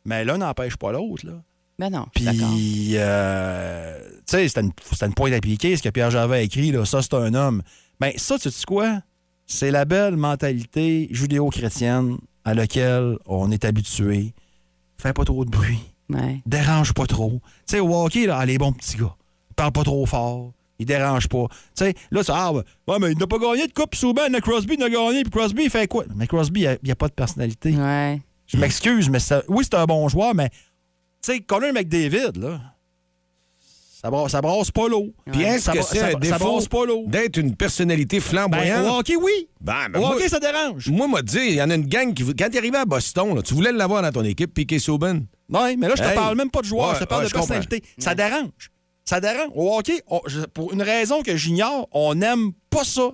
[SPEAKER 6] Mais l'un n'empêche pas l'autre, là.
[SPEAKER 4] Mais Ben non, je suis d'accord.
[SPEAKER 6] Puis, euh, tu sais, c'était une, c'était une pointe appliquée, ce que Pierre Gervais a écrit, là, ça, c'est un homme. Mais ça, tu sais quoi? C'est la belle mentalité judéo-chrétienne à laquelle on est habitué. Fais pas trop de bruit.
[SPEAKER 4] Ouais.
[SPEAKER 6] dérange pas trop. Tu sais, au hockey, là, ah, les bons petits gars. Ils parlent pas trop fort. Ils dérangent pas. Tu sais, là, tu ah, ouais, ouais, mais il n'a pas gagné de coupe, souvent, il y en a Crosby, il en a gagné, puis Crosby, il fait quoi? Mais Crosby, il n'y a, pas de personnalité.
[SPEAKER 4] Ouais.
[SPEAKER 6] Je m'excuse, mais ça- oui, c'est un bon joueur, mais tu sais, Connor McDavid, là, ça, bra- ça brasse pas l'eau.
[SPEAKER 7] Puis est-ce
[SPEAKER 6] Ça
[SPEAKER 7] que
[SPEAKER 6] bra-
[SPEAKER 7] c'est
[SPEAKER 6] ça-
[SPEAKER 7] un
[SPEAKER 6] ça
[SPEAKER 7] défaut
[SPEAKER 6] brasse pas l'eau.
[SPEAKER 7] d'être une personnalité
[SPEAKER 6] Ben,
[SPEAKER 7] flamboyante?
[SPEAKER 6] au hockey, oui.
[SPEAKER 7] Ben, ben,
[SPEAKER 6] au
[SPEAKER 7] moi-
[SPEAKER 6] hockey, ça dérange.
[SPEAKER 7] Moi, m'a dit, il y en a une gang qui. vou- Quand t'es arrivé à Boston, là, tu voulais l'avoir dans ton équipe, Piqué Souben.
[SPEAKER 6] Oui, mais là, je te
[SPEAKER 7] Hey.
[SPEAKER 6] parle même pas de joueur,
[SPEAKER 7] Ouais,
[SPEAKER 6] je te parle
[SPEAKER 7] ouais,
[SPEAKER 6] de
[SPEAKER 7] je comprends.
[SPEAKER 6] personnalité. Ça dérange. Ça dérange. Au hockey, on- je- pour une raison que j'ignore, on n'aime pas ça.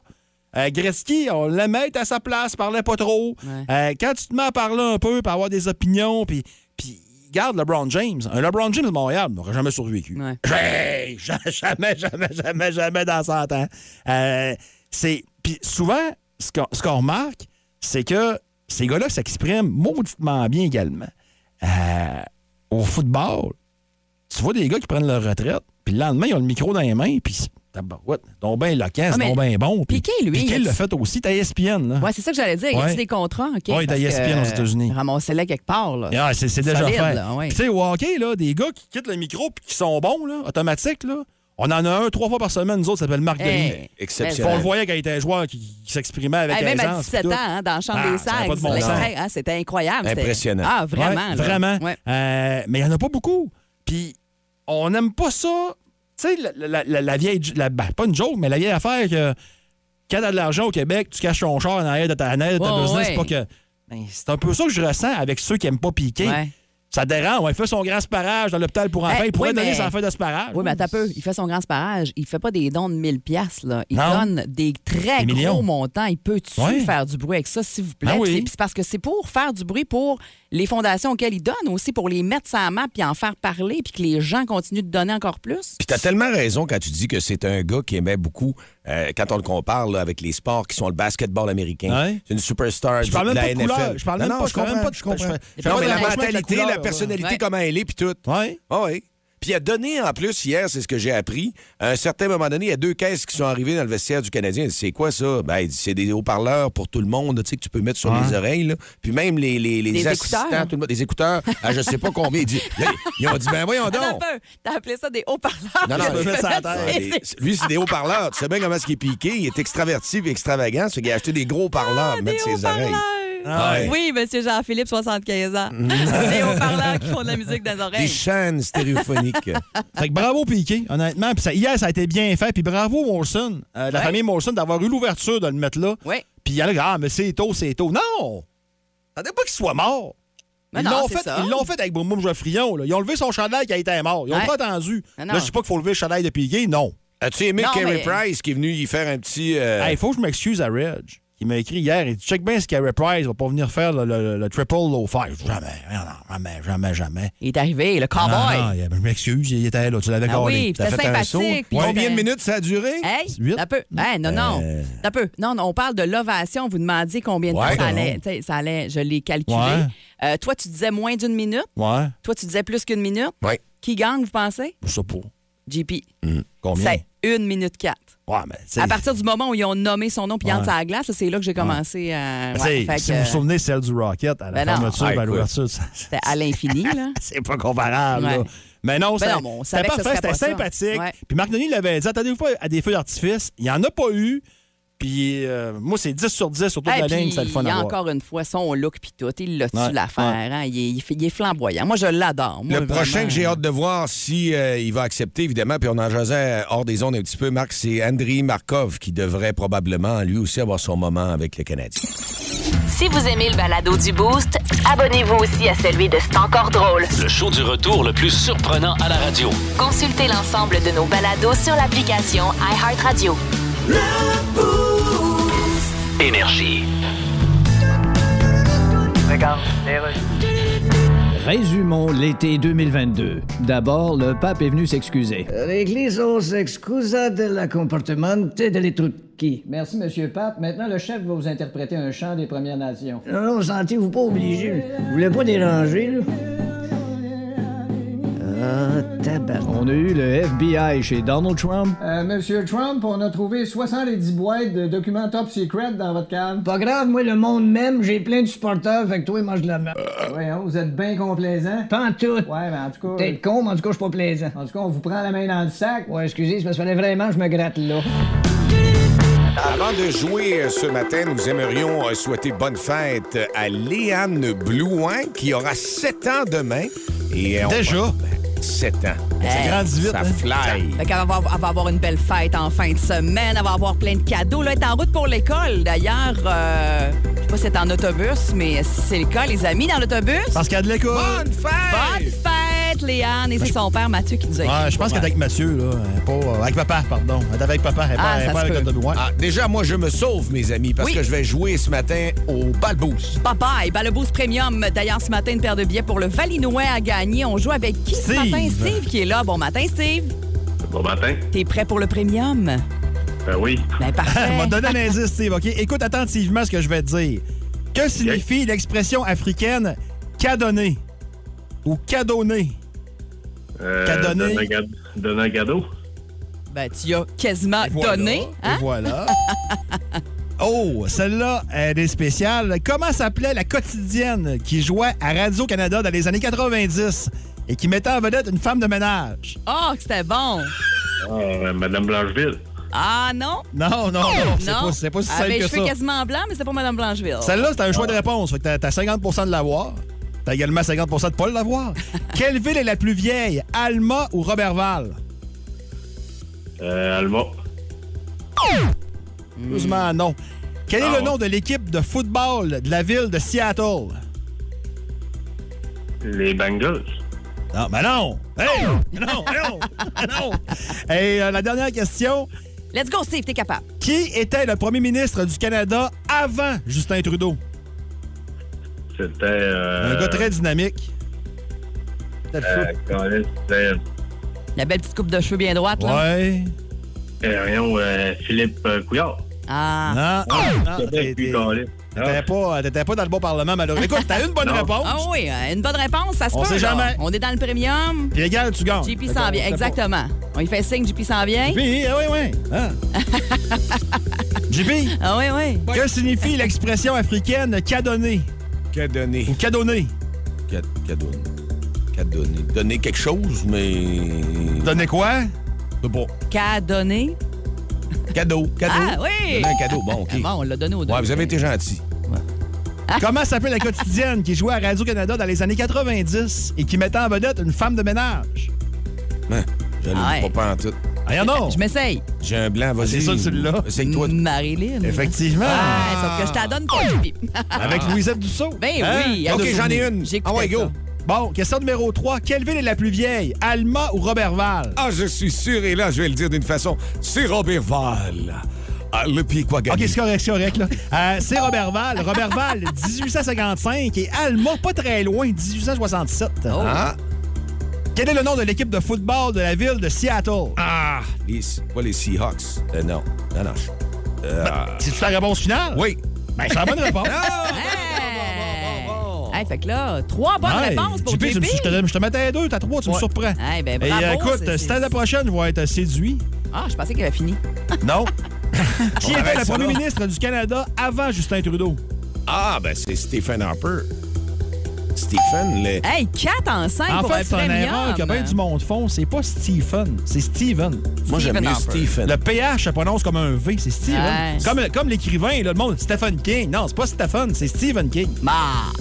[SPEAKER 6] Euh, Gretzky, on l'aimait être à sa place, parlait pas trop.
[SPEAKER 4] Ouais.
[SPEAKER 6] Euh, quand tu te mets à parler un peu, puis avoir des opinions, puis. puis Regarde LeBron James. Un LeBron James de Montréal n'aurait jamais survécu.
[SPEAKER 4] Ouais.
[SPEAKER 6] Hey, ja- jamais, jamais, jamais, jamais dans 100 ans. Euh, c'est- Puis souvent, ce qu'on ce qu'on remarque, c'est que ces gars-là s'expriment mauditement bien également. Euh, au football, tu vois des gars qui prennent leur retraite, puis le lendemain, ils ont le micro dans les mains, puis tabarouette, ben ils sont bien éloquents,
[SPEAKER 4] Ah,
[SPEAKER 6] ils
[SPEAKER 4] mais
[SPEAKER 6] sont bien bons. puis-
[SPEAKER 4] Piqué, lui,
[SPEAKER 6] Piqué
[SPEAKER 4] il-
[SPEAKER 6] l'a fait aussi, t'as ESPN, là.
[SPEAKER 4] Ouais, c'est ça que j'allais dire. Il Y a
[SPEAKER 6] Ouais.
[SPEAKER 4] des contrats? OK?
[SPEAKER 6] Ouais,
[SPEAKER 4] Parce
[SPEAKER 6] t'as
[SPEAKER 4] que,
[SPEAKER 6] ESPN aux
[SPEAKER 4] euh,
[SPEAKER 6] États-unis.
[SPEAKER 4] Ramassez-les quelque part, là.
[SPEAKER 6] Ah, c'est c'est déjà
[SPEAKER 4] Solide,
[SPEAKER 6] fait.
[SPEAKER 4] là, ouais.
[SPEAKER 6] Puis Tu sais, au hockey, là, des gars qui quittent le micro puis qui sont bons, là, automatiques, là. On en a un trois fois par semaine, nous autres, ça s'appelle Marc
[SPEAKER 4] Hey.
[SPEAKER 6] Denis.
[SPEAKER 7] Exceptionnel.
[SPEAKER 6] On le voyait quand il était un joueur qui, qui s'exprimait avec
[SPEAKER 4] ben, Hey, Eh, même à
[SPEAKER 6] aisance,
[SPEAKER 4] 17
[SPEAKER 6] puis
[SPEAKER 4] ans,
[SPEAKER 6] tout.
[SPEAKER 4] hein, dans le champ
[SPEAKER 6] Ah,
[SPEAKER 4] des
[SPEAKER 6] ça avait
[SPEAKER 4] sacs,
[SPEAKER 6] pas de bon
[SPEAKER 4] l'extrait, hein, c'était incroyable. c'était-
[SPEAKER 7] Impressionnant.
[SPEAKER 4] Ah, vraiment.
[SPEAKER 6] Ouais,
[SPEAKER 4] là.
[SPEAKER 6] vraiment.
[SPEAKER 4] Ouais.
[SPEAKER 6] Euh, mais il n'y en a pas beaucoup. Puis on n'aime pas ça. Tu sais, la, la- la- la vieille. la- ben, pas une joke, mais la vieille affaire que quand t'as de l'argent au Québec, tu caches ton char en arrière de ta, en arrière de ta
[SPEAKER 4] Ouais,
[SPEAKER 6] business.
[SPEAKER 4] ouais.
[SPEAKER 6] Pas que, Ben, c'est un peu ça que je ressens avec ceux qui n'aiment pas piquer.
[SPEAKER 4] Ouais.
[SPEAKER 6] Ça dérange. Ouais, il fait son grand sparage dans l'hôpital pour enfants.
[SPEAKER 4] Ben,
[SPEAKER 6] il pourrait
[SPEAKER 4] oui,
[SPEAKER 6] donner
[SPEAKER 4] mais-
[SPEAKER 6] sa feuille de sparage.
[SPEAKER 4] Oui, mais attends un peu. Il fait son grand sparage. Il fait pas des dons de 1000 pièces là. Il
[SPEAKER 6] Non.
[SPEAKER 4] donne des très
[SPEAKER 6] Des millions.
[SPEAKER 4] gros montants. Il peut-tu
[SPEAKER 6] Ouais.
[SPEAKER 4] faire du bruit avec ça, s'il vous plaît?
[SPEAKER 6] Ah oui.
[SPEAKER 4] Puis c'est- puis c'est parce que c'est pour faire du bruit pour les fondations auxquelles il donne aussi, pour les mettre sur la map puis en faire parler puis que les gens continuent de donner encore plus.
[SPEAKER 7] Puis t'as tellement raison quand tu dis que c'est un gars qui aimait beaucoup, euh, quand on le compare là, avec les sports qui sont le basketball américain.
[SPEAKER 6] Ouais.
[SPEAKER 7] C'est une superstar
[SPEAKER 6] Je parle
[SPEAKER 7] du- de la
[SPEAKER 6] même pas de
[SPEAKER 7] NFL.
[SPEAKER 6] couleur. Je parle
[SPEAKER 7] non,
[SPEAKER 6] même
[SPEAKER 7] non,
[SPEAKER 6] pas-
[SPEAKER 7] je
[SPEAKER 6] je parle
[SPEAKER 7] comprends
[SPEAKER 6] même pas de-
[SPEAKER 7] Je
[SPEAKER 6] je
[SPEAKER 7] comprends.
[SPEAKER 6] parle-
[SPEAKER 7] Non, mais
[SPEAKER 6] je
[SPEAKER 7] la
[SPEAKER 6] parle même pas de
[SPEAKER 7] mentalité,
[SPEAKER 6] couleur,
[SPEAKER 7] la
[SPEAKER 6] ouais.
[SPEAKER 7] personnalité,
[SPEAKER 4] Ouais.
[SPEAKER 7] comment elle est, puis tout.
[SPEAKER 6] Ouais.
[SPEAKER 7] Ah oui.
[SPEAKER 3] Puis il a donné, en plus, hier, c'est ce que j'ai appris, à un certain moment donné, il y a deux caisses qui sont arrivées dans le vestiaire du Canadien. Il dit, C'est quoi ça? Ben, il dit, c'est des haut-parleurs pour tout le monde, tu sais, que tu peux mettre sur
[SPEAKER 7] Ouais.
[SPEAKER 3] les oreilles. là. Puis même les, les, les
[SPEAKER 4] Des
[SPEAKER 3] assistants,
[SPEAKER 4] écouteurs.
[SPEAKER 3] tout le monde, des écouteurs, à je sais pas combien. Il dit, là, ils ont dit, ben voyons
[SPEAKER 4] Attends un
[SPEAKER 3] donc.
[SPEAKER 4] peu. T'as appelé ça des haut-parleurs.
[SPEAKER 3] Non, non,
[SPEAKER 4] Je
[SPEAKER 3] lui,
[SPEAKER 4] me fais-
[SPEAKER 3] des- Ah, lui, c'est des hauts-parleurs. Tu sais bien comment est-ce qu'il est piqué. Il est extraverti et extravagant. Il a acheté des gros parleurs
[SPEAKER 4] Ah,
[SPEAKER 3] pour Ah, mettre ses oreilles.
[SPEAKER 6] Ah,
[SPEAKER 3] Ouais.
[SPEAKER 8] Oui, monsieur Jean-Philippe, 75 ans. Les haut-parleurs qui font de la musique dans les
[SPEAKER 3] Des
[SPEAKER 8] oreilles.
[SPEAKER 3] chaînes stéréophoniques.
[SPEAKER 6] Fait que bravo Piqué, honnêtement. Puis ça, hier, ça a été bien fait. Puis bravo Molson, euh, la famille Molson, d'avoir eu l'ouverture de le mettre là.
[SPEAKER 4] Ouais.
[SPEAKER 6] Puis il y en a qui ah, mais c'est tôt, c'est tôt. Non! Attendez pas qu'il soit mort.
[SPEAKER 4] Mais
[SPEAKER 6] ils
[SPEAKER 4] non,
[SPEAKER 6] l'ont
[SPEAKER 4] c'est
[SPEAKER 6] fait,
[SPEAKER 4] ça.
[SPEAKER 6] ils l'ont fait avec Boum Boum Joie Frion. là. Ils ont levé son chandail qui a été mort. Ils ont
[SPEAKER 4] Ouais.
[SPEAKER 6] pas attendu.
[SPEAKER 4] Non, non.
[SPEAKER 6] Là, je dis pas qu'il faut lever le chandail de Piqué. Non.
[SPEAKER 3] As-tu aimé
[SPEAKER 4] Non,
[SPEAKER 3] Carey
[SPEAKER 4] mais-
[SPEAKER 3] Price qui est venu y faire un petit.
[SPEAKER 6] Il
[SPEAKER 3] euh,
[SPEAKER 6] faut que je m'excuse à Reg. Il m'a écrit hier, il dit Check bien ce qu'Harry Price va pas venir faire le, le- le triple low five. Je dis, Jamais, non, non, jamais, jamais, jamais.
[SPEAKER 4] Il est arrivé, le cowboy.
[SPEAKER 6] Non, non, il- je m'excuse, il était là, tu l'avais
[SPEAKER 4] Ah
[SPEAKER 6] collé.
[SPEAKER 4] oui,
[SPEAKER 6] T'as
[SPEAKER 4] c'était
[SPEAKER 6] fait un
[SPEAKER 4] sympathique.
[SPEAKER 6] saut.
[SPEAKER 4] puis
[SPEAKER 6] Ouais.
[SPEAKER 3] Combien de
[SPEAKER 4] c'était-
[SPEAKER 3] minutes ça a duré?
[SPEAKER 4] Hey,
[SPEAKER 6] Huit? Euh.
[SPEAKER 4] t'as peu. Hey, non, non. T'as peu. Non, non, on parle de l'ovation. Vous demandiez combien de
[SPEAKER 3] Ouais,
[SPEAKER 4] temps ça
[SPEAKER 3] non.
[SPEAKER 4] allait. Tu sais, Ça allait, je l'ai calculé.
[SPEAKER 6] Ouais.
[SPEAKER 4] Euh, toi, tu disais moins d'une minute.
[SPEAKER 6] Ouais,
[SPEAKER 4] Toi, tu disais plus qu'une minute.
[SPEAKER 3] Ouais.
[SPEAKER 4] Qui gagne, vous pensez?
[SPEAKER 6] je sais pas.
[SPEAKER 4] JP.
[SPEAKER 6] Hum, Combien?
[SPEAKER 4] C'est une minute quatre.
[SPEAKER 6] Ouais, mais c'est-
[SPEAKER 4] À partir du moment où ils ont nommé son nom puis
[SPEAKER 6] Ouais.
[SPEAKER 4] entre sa glace, c'est là que j'ai commencé à.
[SPEAKER 6] Tu
[SPEAKER 4] ouais,
[SPEAKER 6] sais,
[SPEAKER 4] fait
[SPEAKER 6] si
[SPEAKER 4] que,
[SPEAKER 6] vous vous
[SPEAKER 4] euh,
[SPEAKER 6] souvenez celle du Rocket, à la
[SPEAKER 4] Ben non.
[SPEAKER 6] fermeture,
[SPEAKER 3] Ah,
[SPEAKER 6] ben, à
[SPEAKER 3] écoute.
[SPEAKER 6] l'ouverture, ça- ça-
[SPEAKER 4] C'était à l'infini, là.
[SPEAKER 6] c'est pas comparable. là.
[SPEAKER 4] Ouais.
[SPEAKER 6] Mais non,
[SPEAKER 4] Ben
[SPEAKER 6] c'était
[SPEAKER 4] non, mais on
[SPEAKER 6] c'était
[SPEAKER 4] savait que ce
[SPEAKER 6] parfait,
[SPEAKER 4] serait
[SPEAKER 6] c'était
[SPEAKER 4] pas ça.
[SPEAKER 6] sympathique.
[SPEAKER 4] Ouais.
[SPEAKER 6] Puis Marc Denis l'avait dit, attendez-vous pas à des feux d'artifice. Il n'y en a pas eu. Puis euh, moi, c'est 10 sur 10 sur toute
[SPEAKER 4] Hey,
[SPEAKER 6] la
[SPEAKER 4] puis,
[SPEAKER 6] ligne, c'est le fun
[SPEAKER 4] il y
[SPEAKER 6] à
[SPEAKER 4] a
[SPEAKER 6] voir.
[SPEAKER 4] encore une fois son look puis tout. Il l'a
[SPEAKER 6] Ouais,
[SPEAKER 4] su l'affaire.
[SPEAKER 6] ouais.
[SPEAKER 4] hein. Il, est- il fait- il est flamboyant. Moi, je l'adore. Moi,
[SPEAKER 3] Le
[SPEAKER 4] vraiment. euh,
[SPEAKER 3] prochain que j'ai hâte de voir, si euh, il va accepter, évidemment, puis on en jasait euh, hors des ondes un petit peu, Marc, c'est Andriy Markov qui devrait probablement, lui aussi, avoir son moment avec le Canadien.
[SPEAKER 1] Si vous aimez le balado du Boost, abonnez-vous aussi à celui de C'est encore drôle.
[SPEAKER 2] Le show du retour le plus surprenant à la radio.
[SPEAKER 1] Consultez l'ensemble de nos balados sur l'application iHeartRadio.
[SPEAKER 2] Énergie.
[SPEAKER 11] Résumons l'été 2022. D'abord, le pape est venu s'excuser. L'Église s'excusa de la comportement de les qui. Merci, Monsieur Pape. Maintenant, le chef va vous interpréter un chant des Premières Nations. Non, non, sentez-vous pas obligé. Vous voulez pas déranger, là? Ah, On a eu le FBI chez Donald Trump. Euh, Monsieur Trump, on a trouvé 70 boîtes de documents top secret dans votre cave. Pas grave, moi, le monde même, j'ai plein de supporters, fait que toi, mange de la merde. Voyons, vous êtes bien complaisant. Pas en tout. Ouais, mais en tout cas. Peut-être con, mais en tout cas, je suis pas plaisant. En tout cas, on vous prend la main dans le sac. Ouais, excusez, c'est parce qu'il fallait vraiment que je me gratte là.
[SPEAKER 3] Avant de jouer euh, ce matin, nous aimerions euh, souhaiter bonne fête euh, à Léane Blouin, qui aura 7 ans demain. Et, euh, on
[SPEAKER 6] Déjà?
[SPEAKER 3] va- 7 ans.
[SPEAKER 6] Ça grandit vite.
[SPEAKER 3] Ça
[SPEAKER 6] hein.
[SPEAKER 3] fly.
[SPEAKER 4] Fait qu'elle va, avoir- elle va avoir une belle fête en fin de semaine. Elle va avoir plein de cadeaux. Là, elle est en route pour l'école. D'ailleurs, euh, je sais pas si c'est en autobus, mais si c'est le cas, les amis, dans l'autobus.
[SPEAKER 6] Parce qu'il y a de l'école.
[SPEAKER 3] Bonne
[SPEAKER 4] Bonne
[SPEAKER 3] fête!
[SPEAKER 4] fête, Léane! Et c'est son père, Mathieu, qui nous a écrit.
[SPEAKER 6] Ouais, je pense qu'elle est avec Mathieu, là. elle est Pas, euh, avec papa, pardon. Elle est avec papa, elle est
[SPEAKER 4] Ah,
[SPEAKER 6] pas, elle est
[SPEAKER 4] ça
[SPEAKER 6] pas
[SPEAKER 4] se
[SPEAKER 6] avec
[SPEAKER 4] peut.
[SPEAKER 6] le ouais.
[SPEAKER 3] Ah, déjà, moi, je me sauve, mes amis, parce
[SPEAKER 4] Oui.
[SPEAKER 3] que je vais jouer ce matin au Balboost.
[SPEAKER 4] Bye-bye. Ben, le Boost Premium, d'ailleurs, ce matin, une paire de billets pour le Valinois à gagner. On joue avec qui ce
[SPEAKER 6] Steve.
[SPEAKER 4] matin? Steve qui est là. Bon matin, Steve.
[SPEAKER 9] Bon matin.
[SPEAKER 4] T'es prêt pour le Premium?
[SPEAKER 9] Ben oui.
[SPEAKER 4] Ben,
[SPEAKER 6] Elle m'a
[SPEAKER 4] parfait.
[SPEAKER 6] donné un indice, Steve, OK? Écoute attentivement ce que je vais te dire. Que signifie l'expression africaine cadonné ou cadonné?
[SPEAKER 9] Euh,
[SPEAKER 6] Cadonné.
[SPEAKER 9] donne un gad- Donne un cadeau.
[SPEAKER 4] ben, tu y as quasiment donné. hein?
[SPEAKER 6] Et voilà. oh, celle-là, elle est spéciale. Comment s'appelait la quotidienne qui jouait à Radio-Canada dans les années 90 et qui mettait en vedette une femme de ménage?
[SPEAKER 4] Oh, que c'était bon.
[SPEAKER 9] Euh, Madame Blancheville.
[SPEAKER 4] Ah, non?
[SPEAKER 6] Non, non, non. C'est
[SPEAKER 4] non. Ah,
[SPEAKER 6] pas, c'est pas si
[SPEAKER 4] Elle
[SPEAKER 6] simple
[SPEAKER 4] avait les
[SPEAKER 6] que
[SPEAKER 4] cheveux
[SPEAKER 6] ça.
[SPEAKER 4] quasiment blancs, mais c'était pas Mme Blancheville.
[SPEAKER 6] Celle-là, c'est un choix de
[SPEAKER 9] Ah.
[SPEAKER 6] réponse. Fait que t'as- t'as 50 de l'avoir. T'as également 50 de pas l'avoir. Quelle ville est la plus vieille, Alma ou Robertval?
[SPEAKER 9] Euh, Alma.
[SPEAKER 6] Heureusement, non. Quel est
[SPEAKER 9] Hmm. Ah
[SPEAKER 6] le nom de l'équipe de football de la ville de Seattle?
[SPEAKER 9] Les Bengals.
[SPEAKER 6] Non, ben non! Hey! Non, non, non! Et euh, la dernière question.
[SPEAKER 4] Let's go, Steve, t'es capable.
[SPEAKER 6] Qui était le premier ministre du Canada avant Justin Trudeau?
[SPEAKER 9] C'était. Euh,
[SPEAKER 6] Un gars très dynamique. Peut-être
[SPEAKER 9] euh,
[SPEAKER 6] fou.
[SPEAKER 9] Colin, C'était.
[SPEAKER 4] La belle petite coupe de cheveux bien droite, là.
[SPEAKER 6] Ouais.
[SPEAKER 9] euh, voyons, euh, Philippe euh, Couillard.
[SPEAKER 6] Ah,
[SPEAKER 4] Ah,
[SPEAKER 6] Non, non, non,
[SPEAKER 9] Québec,
[SPEAKER 6] t'es-
[SPEAKER 9] puis
[SPEAKER 6] t'es-
[SPEAKER 9] Colin. Ah,
[SPEAKER 6] T'étais pas, t'étais pas dans le bon parlement, malheureusement. Écoute, t'as une bonne réponse.
[SPEAKER 4] Ah oui, euh, une bonne réponse, ça se
[SPEAKER 6] On
[SPEAKER 4] peut.
[SPEAKER 6] sait
[SPEAKER 4] là.
[SPEAKER 6] jamais.
[SPEAKER 4] On est dans le premium.
[SPEAKER 6] Puis égal, tu gagnes.
[SPEAKER 4] JP
[SPEAKER 6] Fait
[SPEAKER 4] s'en
[SPEAKER 6] qu'on
[SPEAKER 4] vient,
[SPEAKER 6] sait pas.
[SPEAKER 4] exactement. On lui fait signe, JP s'en vient.
[SPEAKER 6] JP, oui, oui. Hein? JP,
[SPEAKER 4] ah oui, oui.
[SPEAKER 6] que signifie l'expression africaine cadonné?
[SPEAKER 3] Cadonné.
[SPEAKER 6] Ou cadonné?
[SPEAKER 3] Cadonné. Cadonné. Donner quelque chose, mais.
[SPEAKER 6] Donner quoi?
[SPEAKER 3] C'est bon.
[SPEAKER 4] Qu'a donné?
[SPEAKER 3] Cadeau. Cadeau.
[SPEAKER 4] Ah oui!
[SPEAKER 3] Donner un cadeau. Bon, OK.
[SPEAKER 4] Ah bon, on l'a donné au
[SPEAKER 3] Ouais, vous avez été gentil.
[SPEAKER 4] Ah.
[SPEAKER 6] Comment s'appelle la quotidienne qui jouait à Radio-Canada dans les années 90 et qui mettait en vedette une femme de ménage?
[SPEAKER 3] Hein, Je
[SPEAKER 6] Ah
[SPEAKER 3] l'ai
[SPEAKER 6] ouais.
[SPEAKER 3] pas en tout.
[SPEAKER 6] Ah non!
[SPEAKER 4] Je m'essaye.
[SPEAKER 3] J'ai un blanc, vas-y.
[SPEAKER 6] Ah, C'est sûr que tu l'as.
[SPEAKER 3] C'est toi.
[SPEAKER 4] Marilyn.
[SPEAKER 6] Effectivement.
[SPEAKER 4] Ouais, sauf que je t'adonne pas, JP.
[SPEAKER 6] Avec Louisette Dussault.
[SPEAKER 4] Ah.
[SPEAKER 6] Hein?
[SPEAKER 4] Ben oui.
[SPEAKER 6] OK,
[SPEAKER 4] elle-
[SPEAKER 6] j'en ai une.
[SPEAKER 4] J'écoutais
[SPEAKER 6] Ah ouais, go.
[SPEAKER 4] ça.
[SPEAKER 6] Bon, question numéro 3. Quelle ville est la plus vieille, Alma ou Robertval?
[SPEAKER 3] Ah, je suis sûr, et là, je vais le dire d'une façon. C'est Robert Val. Ah, le pied quoi
[SPEAKER 6] OK, c'est correct, c'est correct. là. Euh, c'est Robertval. Robertval, 1855 et Alma, pas très loin, 1867.
[SPEAKER 3] Ah.
[SPEAKER 6] Quel est le nom de l'équipe de football de la ville de Seattle?
[SPEAKER 3] Ah, les, pas les Seahawks. Euh, non, non, non. je- euh,
[SPEAKER 6] C'est-tu ta réponse finale?
[SPEAKER 3] Oui.
[SPEAKER 6] Ben, c'est la bonne réponse.
[SPEAKER 4] Ah, Hey, fait que là, trois bonnes
[SPEAKER 6] Hey,
[SPEAKER 4] réponses pour
[SPEAKER 6] JP,
[SPEAKER 4] JP.
[SPEAKER 6] tu me- je, te, je te mettais à deux, t'as trois, tu me
[SPEAKER 4] Ouais.
[SPEAKER 6] surprends.
[SPEAKER 4] Eh ben,
[SPEAKER 6] Et
[SPEAKER 4] bravo,
[SPEAKER 6] euh,
[SPEAKER 4] c'est-
[SPEAKER 6] écoute, si t'as la prochaine, je vais être séduit.
[SPEAKER 4] Ah, je pensais qu'il avait fini.
[SPEAKER 6] Non.
[SPEAKER 4] Ah,
[SPEAKER 6] Qui
[SPEAKER 3] On
[SPEAKER 6] était
[SPEAKER 3] arrête
[SPEAKER 6] le
[SPEAKER 3] ça,
[SPEAKER 6] premier
[SPEAKER 3] là.
[SPEAKER 6] ministre du Canada avant Justin Trudeau?
[SPEAKER 3] Ah, ben c'est Stephen Harper. Stephen, le...
[SPEAKER 4] Hey, 4 en 5
[SPEAKER 6] En
[SPEAKER 4] pour Ah,
[SPEAKER 6] fait,
[SPEAKER 4] un
[SPEAKER 6] c'est un
[SPEAKER 4] premium.
[SPEAKER 6] erreur que bien du monde font. C'est pas Stephen, c'est Steven.
[SPEAKER 3] Moi, j'aime mieux Stephen.
[SPEAKER 6] Le PH se prononce comme un V, c'est Steven.
[SPEAKER 4] Ouais.
[SPEAKER 6] Comme, comme l'écrivain, là, le monde, Stephen King. Non, c'est pas Stephen, c'est Stephen King.
[SPEAKER 4] Bah,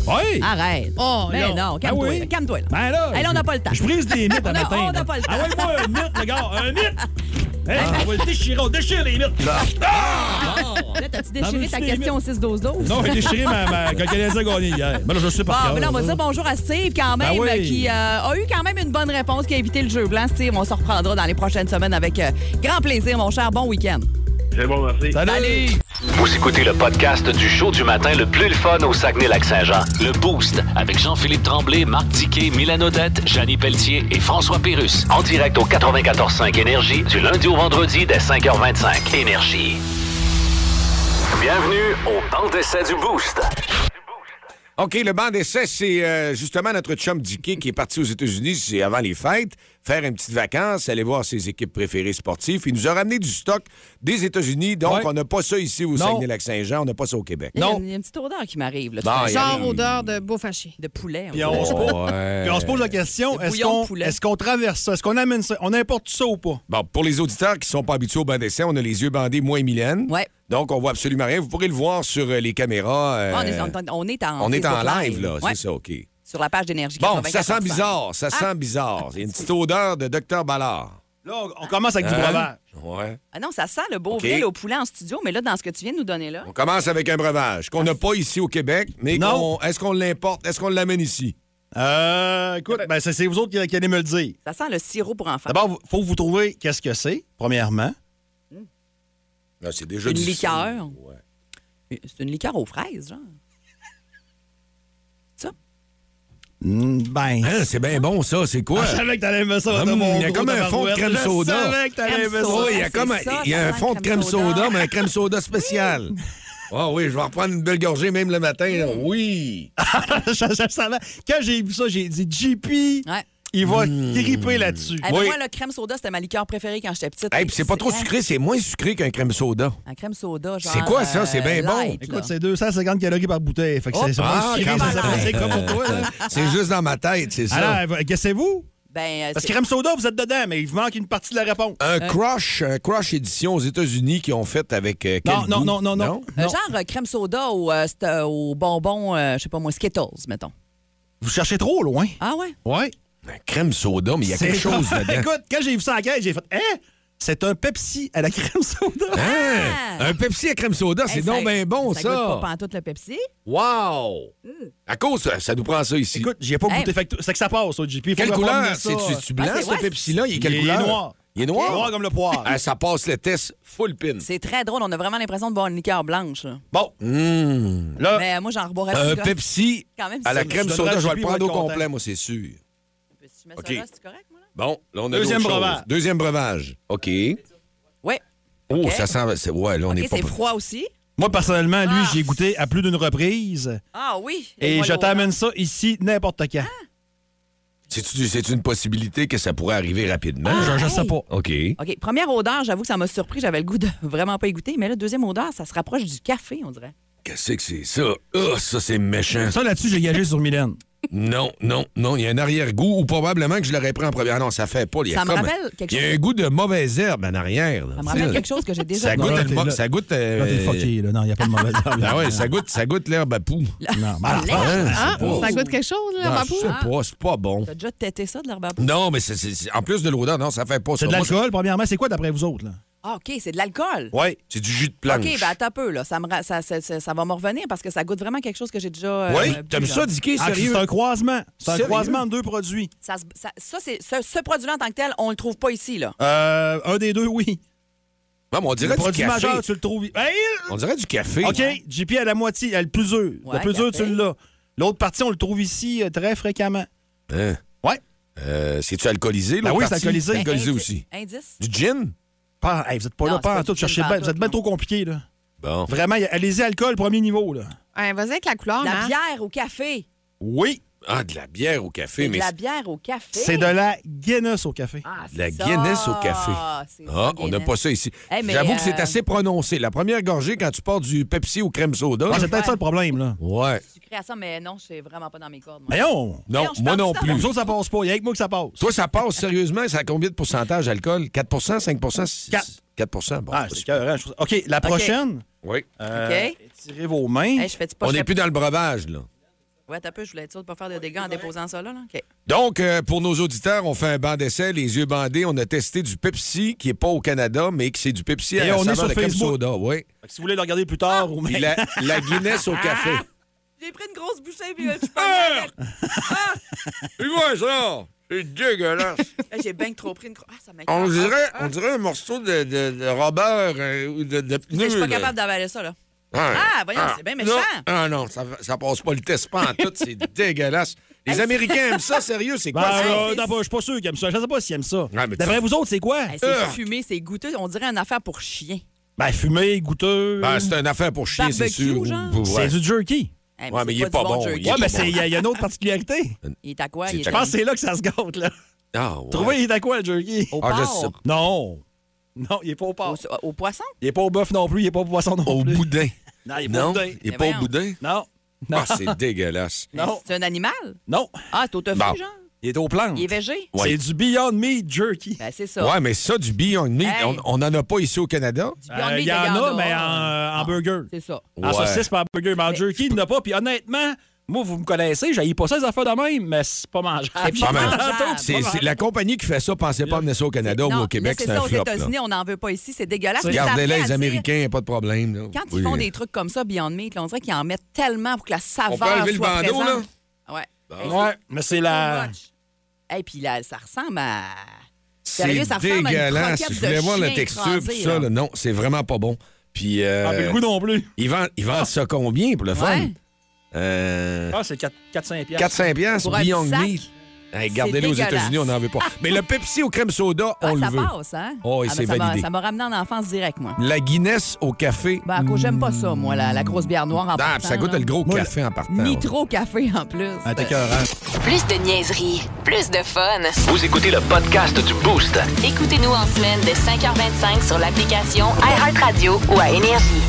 [SPEAKER 6] Oui!
[SPEAKER 4] arrête.
[SPEAKER 8] Oh,
[SPEAKER 4] ben
[SPEAKER 8] non.
[SPEAKER 4] non, calme-toi.
[SPEAKER 6] Ah oui.
[SPEAKER 4] là, Calme-toi. là.
[SPEAKER 6] Ben là,
[SPEAKER 4] Hey, là, on n'a
[SPEAKER 6] je-
[SPEAKER 4] pas le temps.
[SPEAKER 6] Je brise des mythes à
[SPEAKER 4] On a-
[SPEAKER 6] matin.
[SPEAKER 4] on n'a
[SPEAKER 6] là.
[SPEAKER 4] pas le temps.
[SPEAKER 6] Ah ouais, moi, un mythe, le gars, un mythe! Hey, on va le déchirer, on déchire les mythes.
[SPEAKER 4] Là, t'as-tu
[SPEAKER 6] Dans le
[SPEAKER 4] déchiré ta
[SPEAKER 6] cinéma.
[SPEAKER 4] question au 6-12-12?
[SPEAKER 6] Non, j'ai déchiré ma, ma quand Canadien a gagné hier. Ben là, je sais
[SPEAKER 4] Bon,
[SPEAKER 6] pas.
[SPEAKER 4] ben là, on va dire bonjour à Steve quand même,
[SPEAKER 6] Ben oui.
[SPEAKER 4] euh, qui euh, a eu quand même une bonne réponse, qui a évité le jeu blanc. Steve, on se reprendra dans les prochaines semaines avec euh, grand plaisir, mon cher. Bon week-end.
[SPEAKER 9] C'est bon, merci.
[SPEAKER 6] Salut!
[SPEAKER 2] Vous écoutez le podcast du show du matin le plus le fun au Saguenay-Lac-Saint-Jean. Le Boost avec Jean-Philippe Tremblay, Marc Diquet, Milan Odette, Janine Pelletier et François Pérus. En direct au 94.5 Énergie du lundi au vendredi dès 5h25. Énergie. Bienvenue au banc d'essai du Boost.
[SPEAKER 3] OK, le banc d'essai, c'est euh, justement notre chum Dickey qui est parti aux États-Unis c'est avant les fêtes, faire une petite vacance, aller voir ses équipes préférées sportives. Il nous a ramené du stock des États-Unis, donc
[SPEAKER 6] Ouais.
[SPEAKER 3] on n'a pas ça ici au Saguenay-Lac-Saint-Jean, on n'a pas ça au Québec.
[SPEAKER 4] Il y a
[SPEAKER 6] Non.
[SPEAKER 4] une- Il y a une petite odeur qui m'arrive. là,
[SPEAKER 3] Bon,
[SPEAKER 4] tout de suite.
[SPEAKER 3] il y a-
[SPEAKER 8] Genre odeur de beau fâché.
[SPEAKER 4] de poulet. on
[SPEAKER 6] Puis
[SPEAKER 4] dirait.
[SPEAKER 6] on, se pose,
[SPEAKER 3] Ouais.
[SPEAKER 6] puis on se pose la question,
[SPEAKER 4] Le
[SPEAKER 6] est-ce
[SPEAKER 4] bouillon de
[SPEAKER 6] qu'on
[SPEAKER 4] poulet.
[SPEAKER 6] est qu'on traverse ça? Est-ce qu'on amène ça? On importe ça ou pas?
[SPEAKER 3] Bon, pour les auditeurs qui ne sont pas habitués au banc d'essai, on a les yeux bandés, moi et Mylène.
[SPEAKER 4] Ouais.
[SPEAKER 3] Donc, on voit absolument rien. Vous pourrez le voir sur euh, les caméras. euh,
[SPEAKER 4] Ah, on, est, on- on est en,
[SPEAKER 3] on est en
[SPEAKER 4] Facebook
[SPEAKER 3] live, là.
[SPEAKER 4] Ouais,
[SPEAKER 3] C'est ça, OK.
[SPEAKER 4] Sur la page d'énergie.
[SPEAKER 3] Bon, ça sent
[SPEAKER 4] 94%.
[SPEAKER 3] bizarre, ça
[SPEAKER 4] Hein?
[SPEAKER 3] sent bizarre. Il y a une petite odeur de Dr Ballard.
[SPEAKER 6] Là, on, on commence avec du
[SPEAKER 3] Hein?
[SPEAKER 6] breuvage.
[SPEAKER 3] Ouais.
[SPEAKER 4] Ah non, ça sent le beau
[SPEAKER 3] OK.
[SPEAKER 4] grill au poulet en studio, mais là, dans ce que tu viens de nous donner là,
[SPEAKER 3] On commence avec un breuvage qu'on n'a pas ici au Québec, mais
[SPEAKER 6] Non.
[SPEAKER 3] qu'on- est-ce qu'on l'importe? Est-ce qu'on l'amène ici?
[SPEAKER 6] Euh, écoute,
[SPEAKER 4] Eh
[SPEAKER 6] ben, c'est c'est vous autres qui, qui allez me le dire.
[SPEAKER 4] ça sent le sirop pour enfants.
[SPEAKER 6] D'abord, il faut que vous trouviez qu'est-ce que c'est, premièrement.
[SPEAKER 3] Là, c'est déjà
[SPEAKER 4] Une
[SPEAKER 3] difficile.
[SPEAKER 4] liqueur.
[SPEAKER 3] Ouais.
[SPEAKER 4] Euh, C'est une liqueur aux fraises, genre. Ça?
[SPEAKER 6] Mm, ben.
[SPEAKER 3] Hein, c'est bien bon, ça. C'est quoi?
[SPEAKER 6] Ah, je savais que t'allais aimer ça.
[SPEAKER 3] Hum,
[SPEAKER 6] de mon
[SPEAKER 3] il y a
[SPEAKER 6] gros
[SPEAKER 3] comme un fond de
[SPEAKER 6] tabarouette.
[SPEAKER 3] crème soda.
[SPEAKER 6] Je savais que t'allais
[SPEAKER 4] Crème
[SPEAKER 6] aimer ça.
[SPEAKER 4] soda.
[SPEAKER 3] Oui, il y
[SPEAKER 4] Ah, c'est
[SPEAKER 3] a comme un,
[SPEAKER 4] ça,
[SPEAKER 3] il y a
[SPEAKER 4] ça
[SPEAKER 3] un
[SPEAKER 4] sent
[SPEAKER 3] fond de
[SPEAKER 4] le
[SPEAKER 3] crème
[SPEAKER 4] crème
[SPEAKER 3] soda,
[SPEAKER 4] soda.
[SPEAKER 3] mais un crème soda spécial. Ah oui, je vais reprendre une belle gorgée même le matin. là. Oui.
[SPEAKER 4] Ah,
[SPEAKER 6] je, je savais. Quand j'ai vu ça, j'ai dit JP,
[SPEAKER 4] Ouais.
[SPEAKER 6] il va
[SPEAKER 3] Hum.
[SPEAKER 6] triper là-dessus.
[SPEAKER 4] Eh ben, Moi, le crème soda, c'était ma liqueur préférée quand j'étais petite.
[SPEAKER 3] Hey, puis c'est pas trop sucré, c'est moins sucré qu'un crème soda.
[SPEAKER 4] Un crème soda, genre. euh,
[SPEAKER 3] C'est quoi ça? C'est bien bon.
[SPEAKER 6] Écoute, c'est 250 calories par bouteille. Fait que
[SPEAKER 4] Oh,
[SPEAKER 6] c'est c'est
[SPEAKER 3] ah,
[SPEAKER 6] pas sucré,
[SPEAKER 3] quand
[SPEAKER 6] ça,
[SPEAKER 3] même.
[SPEAKER 6] ça, c'est comme pour toi. là.
[SPEAKER 3] C'est juste dans ma tête, c'est ça.
[SPEAKER 6] Alors, guessez-vous?
[SPEAKER 4] Ben, euh,
[SPEAKER 6] Parce
[SPEAKER 4] c'est-
[SPEAKER 6] que crème soda, vous êtes dedans, mais il vous manque une partie de la réponse.
[SPEAKER 3] Un crush, un crush édition aux États-Unis qui ont fait avec euh, quel
[SPEAKER 6] Non, non,
[SPEAKER 3] goût?
[SPEAKER 6] non, non, non.
[SPEAKER 4] euh, genre euh, crème soda au, euh, c'est, euh, au bonbon, euh, je sais pas moi, Skittles, mettons.
[SPEAKER 6] Vous cherchez trop loin.
[SPEAKER 4] Ah ouais?
[SPEAKER 3] Oh,
[SPEAKER 6] Oui.
[SPEAKER 3] Un crème soda, mais il y a quelque chose dedans.
[SPEAKER 6] Écoute, quand j'ai vu ça en caisse, j'ai fait Hein? C'est un Pepsi à la crème soda.
[SPEAKER 3] Hein? Un Pepsi à crème soda, c'est
[SPEAKER 4] Hey,
[SPEAKER 3] donc bien bon,
[SPEAKER 4] Ah! Eh, Ça goûte
[SPEAKER 3] ça.
[SPEAKER 4] pas Hmm. pantoute le Pepsi.
[SPEAKER 3] Wow! À cause, ça, ça nous prend ça ici.
[SPEAKER 6] Écoute, j'y ai pas
[SPEAKER 4] Hey.
[SPEAKER 6] goûté. Fait que t- C'est que ça passe, au JP. Faut
[SPEAKER 3] quelle
[SPEAKER 6] que je
[SPEAKER 3] couleur?
[SPEAKER 6] prenne ça.
[SPEAKER 3] C'est-tu c'est-tu blanc,
[SPEAKER 4] Ah, c'est- ouais,
[SPEAKER 3] ce Pepsi-là? Il est
[SPEAKER 6] Il
[SPEAKER 3] quelle
[SPEAKER 6] est
[SPEAKER 3] couleur?
[SPEAKER 6] noir.
[SPEAKER 3] Il est noir?
[SPEAKER 6] Noir comme le poire.
[SPEAKER 3] Ah, ça passe le test full pin.
[SPEAKER 4] C'est très drôle, on a vraiment l'impression de boire une liqueur blanche. là.
[SPEAKER 6] Bon,
[SPEAKER 3] Mm.
[SPEAKER 6] là,
[SPEAKER 4] Mais euh, moi, j'en reboirais
[SPEAKER 3] Un
[SPEAKER 4] plus, là.
[SPEAKER 3] Euh, Pepsi
[SPEAKER 4] Quand même,
[SPEAKER 3] à la
[SPEAKER 4] c'est-
[SPEAKER 3] crème
[SPEAKER 6] Je
[SPEAKER 3] soda,
[SPEAKER 6] donnerais
[SPEAKER 3] je vais
[SPEAKER 6] à
[SPEAKER 3] le
[SPEAKER 6] JP,
[SPEAKER 3] prendre
[SPEAKER 6] il
[SPEAKER 3] au
[SPEAKER 6] va être
[SPEAKER 3] complet,
[SPEAKER 6] content.
[SPEAKER 3] moi, c'est sûr.
[SPEAKER 4] Si tu mets
[SPEAKER 3] OK.
[SPEAKER 4] ça là, c'est correct, moi, là?
[SPEAKER 3] Bon, là, on a
[SPEAKER 6] Deuxième
[SPEAKER 3] d'autres choses.
[SPEAKER 6] breuvage.
[SPEAKER 3] Deuxième breuvage. OK.
[SPEAKER 4] Ouais.
[SPEAKER 3] Oh,
[SPEAKER 4] OK.
[SPEAKER 3] ça sent... c'est- Ouais, là, on
[SPEAKER 4] OK,
[SPEAKER 3] n'est pas...
[SPEAKER 4] c'est froid aussi.
[SPEAKER 6] Moi, personnellement, lui, j'ai goûté à plus d'une reprise.
[SPEAKER 4] Ah oui.
[SPEAKER 6] Et je
[SPEAKER 4] voilà.
[SPEAKER 6] t'amène ça ici n'importe quand.
[SPEAKER 3] C'est-tu- C'est une possibilité que ça pourrait arriver rapidement?
[SPEAKER 4] Ah,
[SPEAKER 3] je,
[SPEAKER 4] Je- je sais hey.
[SPEAKER 3] pas. OK.
[SPEAKER 4] OK, première odeur, j'avoue que ça m'a surpris. J'avais le goût de vraiment pas y goûter. Mais là, deuxième odeur, ça se rapproche du café, on dirait.
[SPEAKER 3] Qu'est-ce que c'est ça? Ah, ça, c'est méchant.
[SPEAKER 6] Ça, là-dessus, j'ai gagé sur Mylène.
[SPEAKER 3] Non, non, non. Il y a un arrière-goût ou probablement que je l'aurais pris en premier. Ah non, ça fait pas. Il y a
[SPEAKER 4] Ça me
[SPEAKER 3] comme-
[SPEAKER 4] rappelle quelque
[SPEAKER 3] Il y a un
[SPEAKER 4] chose.
[SPEAKER 3] goût de mauvaise herbe en arrière. là.
[SPEAKER 4] Ça me rappelle quelque chose que j'ai déjà
[SPEAKER 3] Ça goûte,
[SPEAKER 6] Là,
[SPEAKER 3] le
[SPEAKER 6] t'es-
[SPEAKER 3] mo-
[SPEAKER 6] là-
[SPEAKER 3] ça goûte. euh,
[SPEAKER 6] Là, t'es fucké, là. Non, il n'y a pas de mauvaise herbe.
[SPEAKER 3] Ah ouais, ça goûte, ça goûte l'herbe à poux.
[SPEAKER 6] Non,
[SPEAKER 3] Ah, hein,
[SPEAKER 8] Ah,
[SPEAKER 3] c'est pas-
[SPEAKER 8] ça goûte quelque chose, là,
[SPEAKER 3] Non,
[SPEAKER 8] ma
[SPEAKER 3] je sais
[SPEAKER 4] hein?
[SPEAKER 8] poule?
[SPEAKER 3] pas, c'est pas bon.
[SPEAKER 4] T'as déjà tété ça de l'herbe à poule?
[SPEAKER 3] Non, mais c'est- c'est- c'est- en plus de l'odeur, non, ça fait pas
[SPEAKER 6] C'est
[SPEAKER 3] ça.
[SPEAKER 6] de
[SPEAKER 3] Moi,
[SPEAKER 6] l'alcool, premièrement. C'est quoi d'après vous autres, là?
[SPEAKER 4] Ah, OK, c'est de l'alcool.
[SPEAKER 3] ça- Ouais, c'est du jus de planche.
[SPEAKER 4] OK, ben attends un peu, là. Ça, me ra- ça, ça, ça- ça va me revenir parce que ça goûte vraiment quelque chose que j'ai déjà. euh,
[SPEAKER 3] Oui,
[SPEAKER 4] bu,
[SPEAKER 3] t'aimes
[SPEAKER 4] là.
[SPEAKER 3] ça, Dicky,
[SPEAKER 6] Ah,
[SPEAKER 3] sérieux?
[SPEAKER 6] c'est un croisement. C'est un
[SPEAKER 3] Sérieux?
[SPEAKER 6] croisement de deux produits.
[SPEAKER 4] Ça, se- ça- ça, c'est, ce, ce produit-là en tant que tel, on le trouve pas ici, là.
[SPEAKER 6] Euh, un des deux, oui.
[SPEAKER 3] Non, mais on
[SPEAKER 6] Le
[SPEAKER 3] dirait du
[SPEAKER 6] produit
[SPEAKER 3] café.
[SPEAKER 6] majeur, tu le trouves. Hey!
[SPEAKER 3] On dirait du café.
[SPEAKER 6] OK, JP à la moitié, elle est plus dure.
[SPEAKER 4] Ouais,
[SPEAKER 6] le plus dur,
[SPEAKER 4] café.
[SPEAKER 6] tu l'as. L'autre partie, on le trouve ici euh, très fréquemment.
[SPEAKER 3] Hein?
[SPEAKER 6] Ouais.
[SPEAKER 3] Euh, C'est-tu alcoolisé, là?
[SPEAKER 6] Ben oui, c'est alcoolisé.
[SPEAKER 3] C'est alcoolisé
[SPEAKER 4] Indice-
[SPEAKER 3] aussi.
[SPEAKER 4] Indice?
[SPEAKER 3] Du gin?
[SPEAKER 6] Pas, hey, vous êtes pas
[SPEAKER 4] Non,
[SPEAKER 6] là,
[SPEAKER 4] c'est
[SPEAKER 6] pas
[SPEAKER 4] pas
[SPEAKER 6] en tout.
[SPEAKER 4] du gin
[SPEAKER 6] Cherchez
[SPEAKER 4] pas en
[SPEAKER 6] bien. Vous
[SPEAKER 4] tout,
[SPEAKER 6] êtes bien
[SPEAKER 4] non.
[SPEAKER 6] trop compliqué, là.
[SPEAKER 3] Bon.
[SPEAKER 6] Vraiment, y- allez-y, alcool, premier niveau, là.
[SPEAKER 8] Ouais, Vas-y avec la couleur,
[SPEAKER 4] La
[SPEAKER 8] Marc.
[SPEAKER 4] bière au café.
[SPEAKER 6] Oui.
[SPEAKER 3] Ah, de la bière au café,
[SPEAKER 4] C'est de
[SPEAKER 3] mais
[SPEAKER 4] la bière au café.
[SPEAKER 6] C'est de la Guinness au café.
[SPEAKER 4] Ah, c'est
[SPEAKER 3] de la
[SPEAKER 4] ça.
[SPEAKER 3] Guinness au café.
[SPEAKER 4] C'est
[SPEAKER 3] Ah,
[SPEAKER 4] ça,
[SPEAKER 3] on n'a
[SPEAKER 4] Guinness.
[SPEAKER 3] pas ça ici.
[SPEAKER 4] Eh, mais,
[SPEAKER 3] J'avoue que
[SPEAKER 4] euh,
[SPEAKER 3] c'est assez prononcé. La première gorgée, quand tu portes du Pepsi au crème soda.
[SPEAKER 6] Ah, c'est peut-être ça le problème, là.
[SPEAKER 3] Ouais.
[SPEAKER 4] Sucré à ça, mais non, c'est vraiment pas dans mes cordes. moi.
[SPEAKER 6] Mais on!
[SPEAKER 3] Non,
[SPEAKER 4] Voyons, je
[SPEAKER 3] moi
[SPEAKER 4] parle
[SPEAKER 3] non
[SPEAKER 4] ça.
[SPEAKER 3] plus.
[SPEAKER 6] Nous autres, ça passe pas. Il y a que moi que ça passe.
[SPEAKER 3] Toi, ça passe sérieusement. Ça a combien de pourcentage d'alcool? 4 5 6
[SPEAKER 6] Quatre.
[SPEAKER 3] 4 bon.
[SPEAKER 6] Ah, c'est écœurant, je trouve ça. OK, la prochaine.
[SPEAKER 3] Oui.
[SPEAKER 6] euh,
[SPEAKER 4] OK.
[SPEAKER 6] Étirez vos mains.
[SPEAKER 4] Hey, je fais pas.
[SPEAKER 3] Hein? On
[SPEAKER 4] je
[SPEAKER 3] n'est
[SPEAKER 4] fais-
[SPEAKER 3] plus dans le breuvage, là.
[SPEAKER 4] Ouais, t'as peu, je voulais être sûr de pas faire de dégâts en déposant ça, là. là. OK.
[SPEAKER 3] Donc, euh, pour nos auditeurs, on fait un banc d'essai, les yeux bandés. On a testé du Pepsi, qui n'est pas au Canada, mais qui c'est du Pepsi à
[SPEAKER 6] Et
[SPEAKER 3] la
[SPEAKER 6] on est
[SPEAKER 3] saveur
[SPEAKER 6] sur
[SPEAKER 3] de crème
[SPEAKER 6] Facebook.
[SPEAKER 3] soda. Oui.
[SPEAKER 6] Fait que si vous voulez le regarder plus
[SPEAKER 4] Ah!
[SPEAKER 6] tard ou
[SPEAKER 3] Puis
[SPEAKER 6] même.
[SPEAKER 3] la, la Guinness au café.
[SPEAKER 4] J'ai pris une grosse bouchée, puis je suis
[SPEAKER 3] Ah!
[SPEAKER 4] pas
[SPEAKER 3] Tu vois ça? C'est dégueulasse.
[SPEAKER 4] J'ai bien trop pris une grosse. Ah, ça m'a
[SPEAKER 3] On dirait, on dirait un morceau de, de, de Robert euh, ou de, de pneu.
[SPEAKER 4] Je suis pas
[SPEAKER 3] là.
[SPEAKER 4] capable d'avaler ça, là.
[SPEAKER 3] Ah,
[SPEAKER 4] Ah, voyons, c'est bien méchant.
[SPEAKER 3] Non, ah non, ça, ça passe pas le test pas en tout, c'est dégueulasse. Les Américains aiment ça, sérieux, c'est
[SPEAKER 6] Ben,
[SPEAKER 3] quoi ça?
[SPEAKER 6] euh,
[SPEAKER 4] c'est-
[SPEAKER 6] non, ben, je suis pas sûr qu'ils aiment ça. Je sais pas s'ils aiment ça.
[SPEAKER 3] Ouais, mais tu-
[SPEAKER 6] D'après vous autres, c'est quoi?
[SPEAKER 4] Hey, c'est
[SPEAKER 3] Ah!
[SPEAKER 4] fumé, c'est goûteux. On dirait une affaire pour chien.
[SPEAKER 6] Ben, fumé, goûteux.
[SPEAKER 3] Ben, c'est une affaire pour chier, c'est
[SPEAKER 4] Barbecue,
[SPEAKER 3] sûr.
[SPEAKER 4] genre?
[SPEAKER 3] Ou-
[SPEAKER 6] c'est
[SPEAKER 3] ouais.
[SPEAKER 6] du jerky.
[SPEAKER 4] Hey,
[SPEAKER 3] Ouais, mais il est
[SPEAKER 4] c'est
[SPEAKER 3] pas
[SPEAKER 4] du
[SPEAKER 3] bon,
[SPEAKER 4] jerky.
[SPEAKER 3] Il est
[SPEAKER 6] Ouais,
[SPEAKER 3] pas
[SPEAKER 6] mais c'est- il y, a- il y a une autre particularité.
[SPEAKER 4] Il est à quoi?
[SPEAKER 3] C'est
[SPEAKER 4] Il est
[SPEAKER 3] ta-
[SPEAKER 6] Je pense que c'est là que ça se gâte, là.
[SPEAKER 3] Ah, ouais.
[SPEAKER 6] Trouvez, il est à quoi, le jerky?
[SPEAKER 4] au
[SPEAKER 3] Ah, je
[SPEAKER 4] porc,
[SPEAKER 3] sais
[SPEAKER 6] Non. Non, il est pas au porc.
[SPEAKER 4] au, au poisson.
[SPEAKER 6] Il est pas au bœuf non plus, il est pas au poisson non
[SPEAKER 3] Au
[SPEAKER 6] plus.
[SPEAKER 3] boudin.
[SPEAKER 6] Non, il est pas au
[SPEAKER 3] Non,
[SPEAKER 6] boudin.
[SPEAKER 3] il est
[SPEAKER 4] Mais
[SPEAKER 3] pas au
[SPEAKER 4] Eh voyons.
[SPEAKER 3] boudin.
[SPEAKER 6] Non. Non.
[SPEAKER 3] Ah, c'est dégueulasse.
[SPEAKER 6] Non.
[SPEAKER 4] C'est un animal?
[SPEAKER 6] Non.
[SPEAKER 4] Ah, c'est au tofu,
[SPEAKER 3] Bon.
[SPEAKER 4] genre?
[SPEAKER 6] Il est aux plantes.
[SPEAKER 4] Il est végé?
[SPEAKER 3] Ouais.
[SPEAKER 6] C'est du Beyond Meat Jerky.
[SPEAKER 4] Ben, c'est ça.
[SPEAKER 3] Ouais, mais ça, du Beyond Meat,
[SPEAKER 4] Hey.
[SPEAKER 3] on- on n'en a pas ici au Canada.
[SPEAKER 4] Du
[SPEAKER 6] Euh,
[SPEAKER 4] Beyond Meat,
[SPEAKER 6] il y en a, mais en, en
[SPEAKER 4] Ah,
[SPEAKER 6] burger.
[SPEAKER 4] C'est ça.
[SPEAKER 6] En
[SPEAKER 3] Ouais.
[SPEAKER 6] saucisse, pas en burger. Mais en jerky, il n'y en a pas. Puis honnêtement, moi, vous me connaissez, j'ai pas ça, les affaires de même, mais c'est pas mangeable.
[SPEAKER 4] C'est
[SPEAKER 3] Pas
[SPEAKER 4] pas
[SPEAKER 3] mal.
[SPEAKER 4] mangeable.
[SPEAKER 3] C'est- c'est- la compagnie qui fait ça, pensez pas à amener ça au Canada ou
[SPEAKER 4] Ah, Non,
[SPEAKER 3] au Québec,
[SPEAKER 4] mais
[SPEAKER 3] c'est un
[SPEAKER 4] ça, aux
[SPEAKER 3] flop. là.
[SPEAKER 4] États-Unis, on n'en veut pas ici. C'est dégueulasse. mais ça
[SPEAKER 3] Gardez-les,
[SPEAKER 4] revient
[SPEAKER 3] les
[SPEAKER 4] à dire-
[SPEAKER 3] Américains, pas de problème. là.
[SPEAKER 4] Quand ils
[SPEAKER 3] Oui.
[SPEAKER 4] font des trucs comme ça, Beyond Meat, là, on dirait qu'ils en mettent tellement pour que la saveur
[SPEAKER 3] peut enlever le
[SPEAKER 4] soit
[SPEAKER 3] bandeau,
[SPEAKER 4] présente. Ouais. Hey,
[SPEAKER 6] Ouais, mais c'est la.
[SPEAKER 3] Ah.
[SPEAKER 4] Et puis là, ça ressemble à...
[SPEAKER 3] C'est
[SPEAKER 4] Sérieux, ça ressemble à une
[SPEAKER 3] dégueulasse.
[SPEAKER 4] croquette
[SPEAKER 3] Je voulais
[SPEAKER 4] de
[SPEAKER 3] voir la
[SPEAKER 4] chien
[SPEAKER 3] texture,
[SPEAKER 4] écrasé,
[SPEAKER 3] tout ça.
[SPEAKER 4] là.
[SPEAKER 3] là. Non, c'est vraiment pas bon. Puis, euh,
[SPEAKER 6] Ah, mais le goût non plus.
[SPEAKER 3] ils, vendent, ils vendent ça combien pour le fun?
[SPEAKER 4] Ouais.
[SPEAKER 3] Euh,
[SPEAKER 6] Ah, c'est 4-5 piastres.
[SPEAKER 3] 4-5 piastres,
[SPEAKER 4] Pour un
[SPEAKER 3] Beyond
[SPEAKER 4] petit sac.
[SPEAKER 3] Meat. Hey, Gardez-les aux
[SPEAKER 4] dégueulasse.
[SPEAKER 3] États-Unis, on n'en veut pas. Mais le Pepsi au crème soda,
[SPEAKER 4] Ah,
[SPEAKER 3] on
[SPEAKER 4] ça
[SPEAKER 3] le veut.
[SPEAKER 4] passe, hein?
[SPEAKER 3] Oh, il
[SPEAKER 4] Ah, ben,
[SPEAKER 3] s'est
[SPEAKER 4] ça m'a-
[SPEAKER 3] validé.
[SPEAKER 4] Ça m'a ramené en enfance direct, moi.
[SPEAKER 3] La Guinness au café. mm.
[SPEAKER 4] Ben, à cause, j'aime pas ça, moi, la, la grosse bière noire en
[SPEAKER 3] Ah,
[SPEAKER 4] partant,
[SPEAKER 3] ça goûte
[SPEAKER 4] là.
[SPEAKER 3] le gros
[SPEAKER 6] Moi,
[SPEAKER 3] café en partant.
[SPEAKER 4] Ni
[SPEAKER 3] ouais.
[SPEAKER 4] trop café en plus.
[SPEAKER 6] Ah, t'es écœurant.
[SPEAKER 1] Plus de niaiserie, plus de fun.
[SPEAKER 2] Vous écoutez le podcast du Boost.
[SPEAKER 1] Écoutez-nous en semaine de 5h25 sur l'application iHeartRadio ou à Énergie.